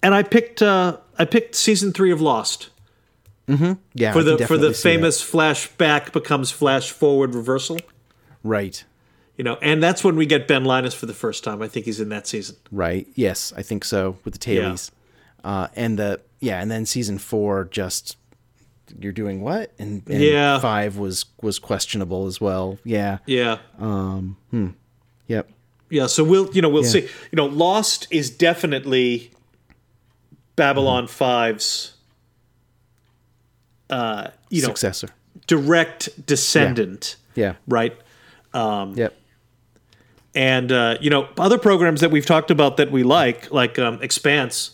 Speaker 2: I picked uh, I picked season three of Lost.
Speaker 3: yeah.
Speaker 2: for
Speaker 3: I can
Speaker 2: the for the
Speaker 3: definitely see that.
Speaker 2: famous flashback becomes flash forward reversal.
Speaker 3: right.
Speaker 2: You know, and that's when we get Ben Linus for the first time. I think he's in that season.
Speaker 3: Right. Yes, I think so with the tailies. Uh, and the yeah, and then season four just you're doing what? And, and
Speaker 2: Yeah.
Speaker 3: five was was questionable as well. Yeah.
Speaker 2: Yeah,
Speaker 3: Yep.
Speaker 2: yeah. So we'll you know we'll see. You know, Lost is definitely Babylon
Speaker 3: Mm-hmm.
Speaker 2: 5's uh, you know
Speaker 3: Successor.
Speaker 2: direct descendant,
Speaker 3: Yeah.
Speaker 2: right?
Speaker 3: Yep.
Speaker 2: And uh, you know, other programs that we've talked about that we like, like um, Expanse.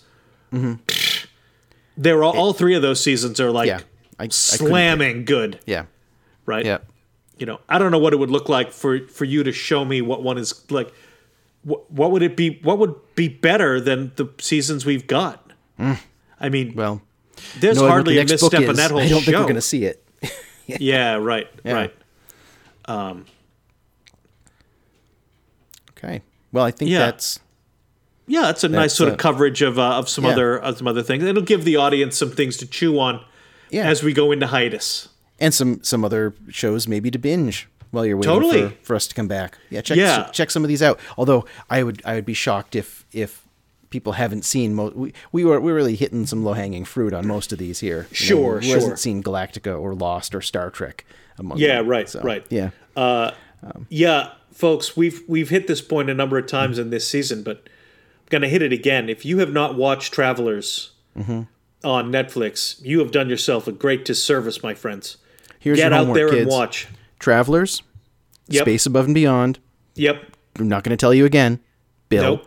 Speaker 3: Mm-hmm.
Speaker 2: They were all, all three of those seasons are like
Speaker 3: Yeah. I- I couldn't-
Speaker 2: slamming good,
Speaker 3: Yeah.
Speaker 2: right?
Speaker 3: Yep.
Speaker 2: you know i don't know what it would look like for for you to show me what one is like what, what would it be what would be better than the seasons we've got i mean
Speaker 3: Mm. Well,
Speaker 2: there's
Speaker 3: knowing what
Speaker 2: hardly
Speaker 3: the
Speaker 2: a
Speaker 3: next book
Speaker 2: misstep in
Speaker 3: is,
Speaker 2: that whole
Speaker 3: I don't
Speaker 2: show
Speaker 3: think we're gonna see it.
Speaker 2: yeah right right
Speaker 3: Okay. Well, I think
Speaker 2: Yeah.
Speaker 3: that's
Speaker 2: yeah that's a nice
Speaker 3: That's,
Speaker 2: sort
Speaker 3: uh,
Speaker 2: of coverage of uh, of some
Speaker 3: yeah.
Speaker 2: other of some other things it'll give the audience some things to chew on
Speaker 3: yeah.
Speaker 2: as we go into hiatus
Speaker 3: and some some other shows maybe to binge while you're waiting
Speaker 2: Totally.
Speaker 3: for, for us to come back. Yeah, check
Speaker 2: Yeah.
Speaker 3: check some of these out. Although I would I would be shocked if if people haven't seen mo- we, we were we were really hitting some low hanging fruit on most of these here. You know,
Speaker 2: Sure,
Speaker 3: who
Speaker 2: sure.
Speaker 3: hasn't seen Galactica or Lost or Star Trek among
Speaker 2: yeah
Speaker 3: them?
Speaker 2: right
Speaker 3: So,
Speaker 2: right
Speaker 3: Yeah.
Speaker 2: Yeah, folks, we've we've hit this point a number of times in this season, but I'm gonna hit it again. If you have not watched Travelers
Speaker 3: Mm-hmm.
Speaker 2: on Netflix, you have done yourself a great disservice, my friends.
Speaker 3: Here's
Speaker 2: Get
Speaker 3: your
Speaker 2: out
Speaker 3: homework,
Speaker 2: there and
Speaker 3: kids.
Speaker 2: watch.
Speaker 3: Travelers,
Speaker 2: Yep.
Speaker 3: Space Above and Beyond.
Speaker 2: Yep.
Speaker 3: I'm not going to tell you again. Bill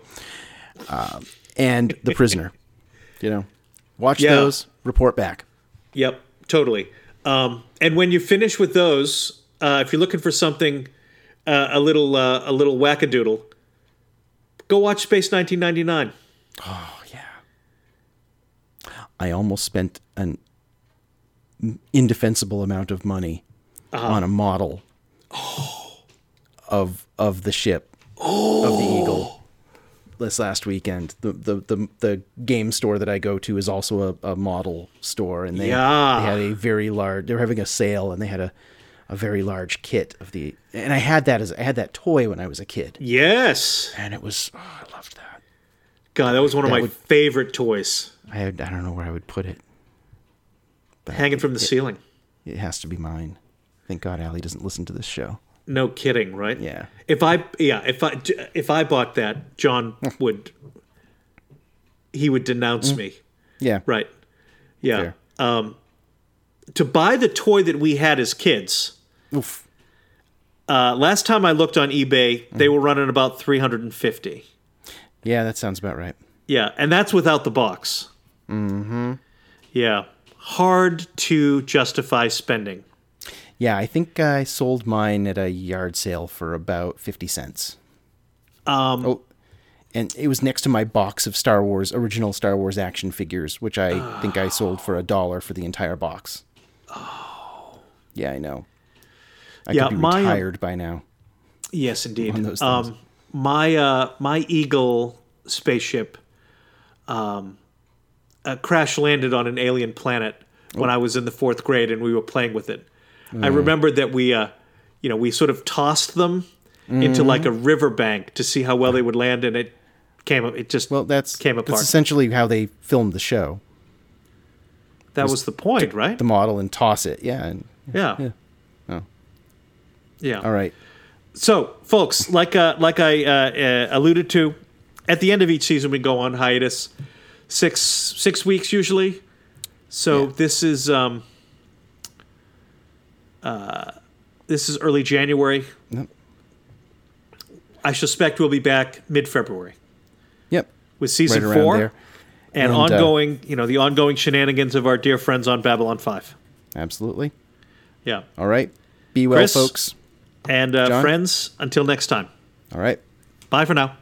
Speaker 2: Nope.
Speaker 3: and The Prisoner. you know. Watch
Speaker 2: Yeah.
Speaker 3: those, report back.
Speaker 2: Yep, totally. Um, and when you finish with those, uh, if you're looking for something uh, a little uh, a little wackadoodle, go watch Space 1999.
Speaker 3: I almost spent an indefensible amount of money on a model of of the ship of the eagle this last weekend. The, the the the game store that I go to is also a, a model store, and they
Speaker 2: Yeah.
Speaker 3: they had a very large. They were having a sale, and they had a a very large kit of the. And I had that as I had that toy when I was a kid,
Speaker 2: Yes,
Speaker 3: and it was oh, I loved that.
Speaker 2: God, that was one of
Speaker 3: That
Speaker 2: my
Speaker 3: would-
Speaker 2: favorite toys,
Speaker 3: I had, I don't know where I would put it.
Speaker 2: hanging from the ceiling.
Speaker 3: It has to be mine. Thank God Allie doesn't listen to this show.
Speaker 2: No kidding, right?
Speaker 3: Yeah.
Speaker 2: If I yeah, if I if I bought that, John would he would denounce me.
Speaker 3: Yeah.
Speaker 2: Right. Yeah.
Speaker 3: Mm.
Speaker 2: um,
Speaker 3: Fair.
Speaker 2: To buy the toy that we had as kids,
Speaker 3: Oof.
Speaker 2: Uh, last time I looked on eBay, they
Speaker 3: Mm.
Speaker 2: were running about 350.
Speaker 3: Yeah, that sounds about right.
Speaker 2: Yeah, and that's without the box. Mm-hmm. Yeah, hard to justify spending.
Speaker 3: Yeah, I think I sold mine at a yard sale for about 50 cents. Um Oh. And it was next to my box of Star Wars original Star Wars action figures, which I think I sold for a dollar for the entire box. Oh. Yeah, I know. I
Speaker 2: Oh. Yeah,
Speaker 3: could be
Speaker 2: my, um,
Speaker 3: retired by now.
Speaker 2: Yes, indeed.
Speaker 3: of those
Speaker 2: um, my uh, my Eagle spaceship um, uh, crash landed on an alien planet when
Speaker 3: Oh.
Speaker 2: I was in the fourth grade, and we were playing with it. I
Speaker 3: Mm.
Speaker 2: remember that we, uh, you know, we sort of tossed them
Speaker 3: Mm-hmm.
Speaker 2: into like a riverbank to see how well they would land, and it came. up. It just
Speaker 3: Well, that's
Speaker 2: came
Speaker 3: that's
Speaker 2: apart.
Speaker 3: essentially how they filmed the show.
Speaker 2: That was the point, right?
Speaker 3: The model and toss it. Yeah. And,
Speaker 2: yeah. Yeah.
Speaker 3: Oh.
Speaker 2: Yeah.
Speaker 3: all right.
Speaker 2: So, folks, like uh, like I uh, uh, alluded to, at the end of each season we go on hiatus, six six weeks usually. So this is um, uh, this is early January.
Speaker 3: Yep.
Speaker 2: I suspect we'll be back mid February
Speaker 3: Yep.
Speaker 2: with
Speaker 3: Right
Speaker 2: season
Speaker 3: around
Speaker 2: four
Speaker 3: there.
Speaker 2: and,
Speaker 3: And, uh,
Speaker 2: ongoing, you know, the ongoing shenanigans of our dear friends on Babylon Five.
Speaker 3: Absolutely.
Speaker 2: Yeah,
Speaker 3: All right. Be well,
Speaker 2: Chris?
Speaker 3: folks.
Speaker 2: and uh,
Speaker 3: John?
Speaker 2: friends, until next time.
Speaker 3: All right.
Speaker 2: Bye for now.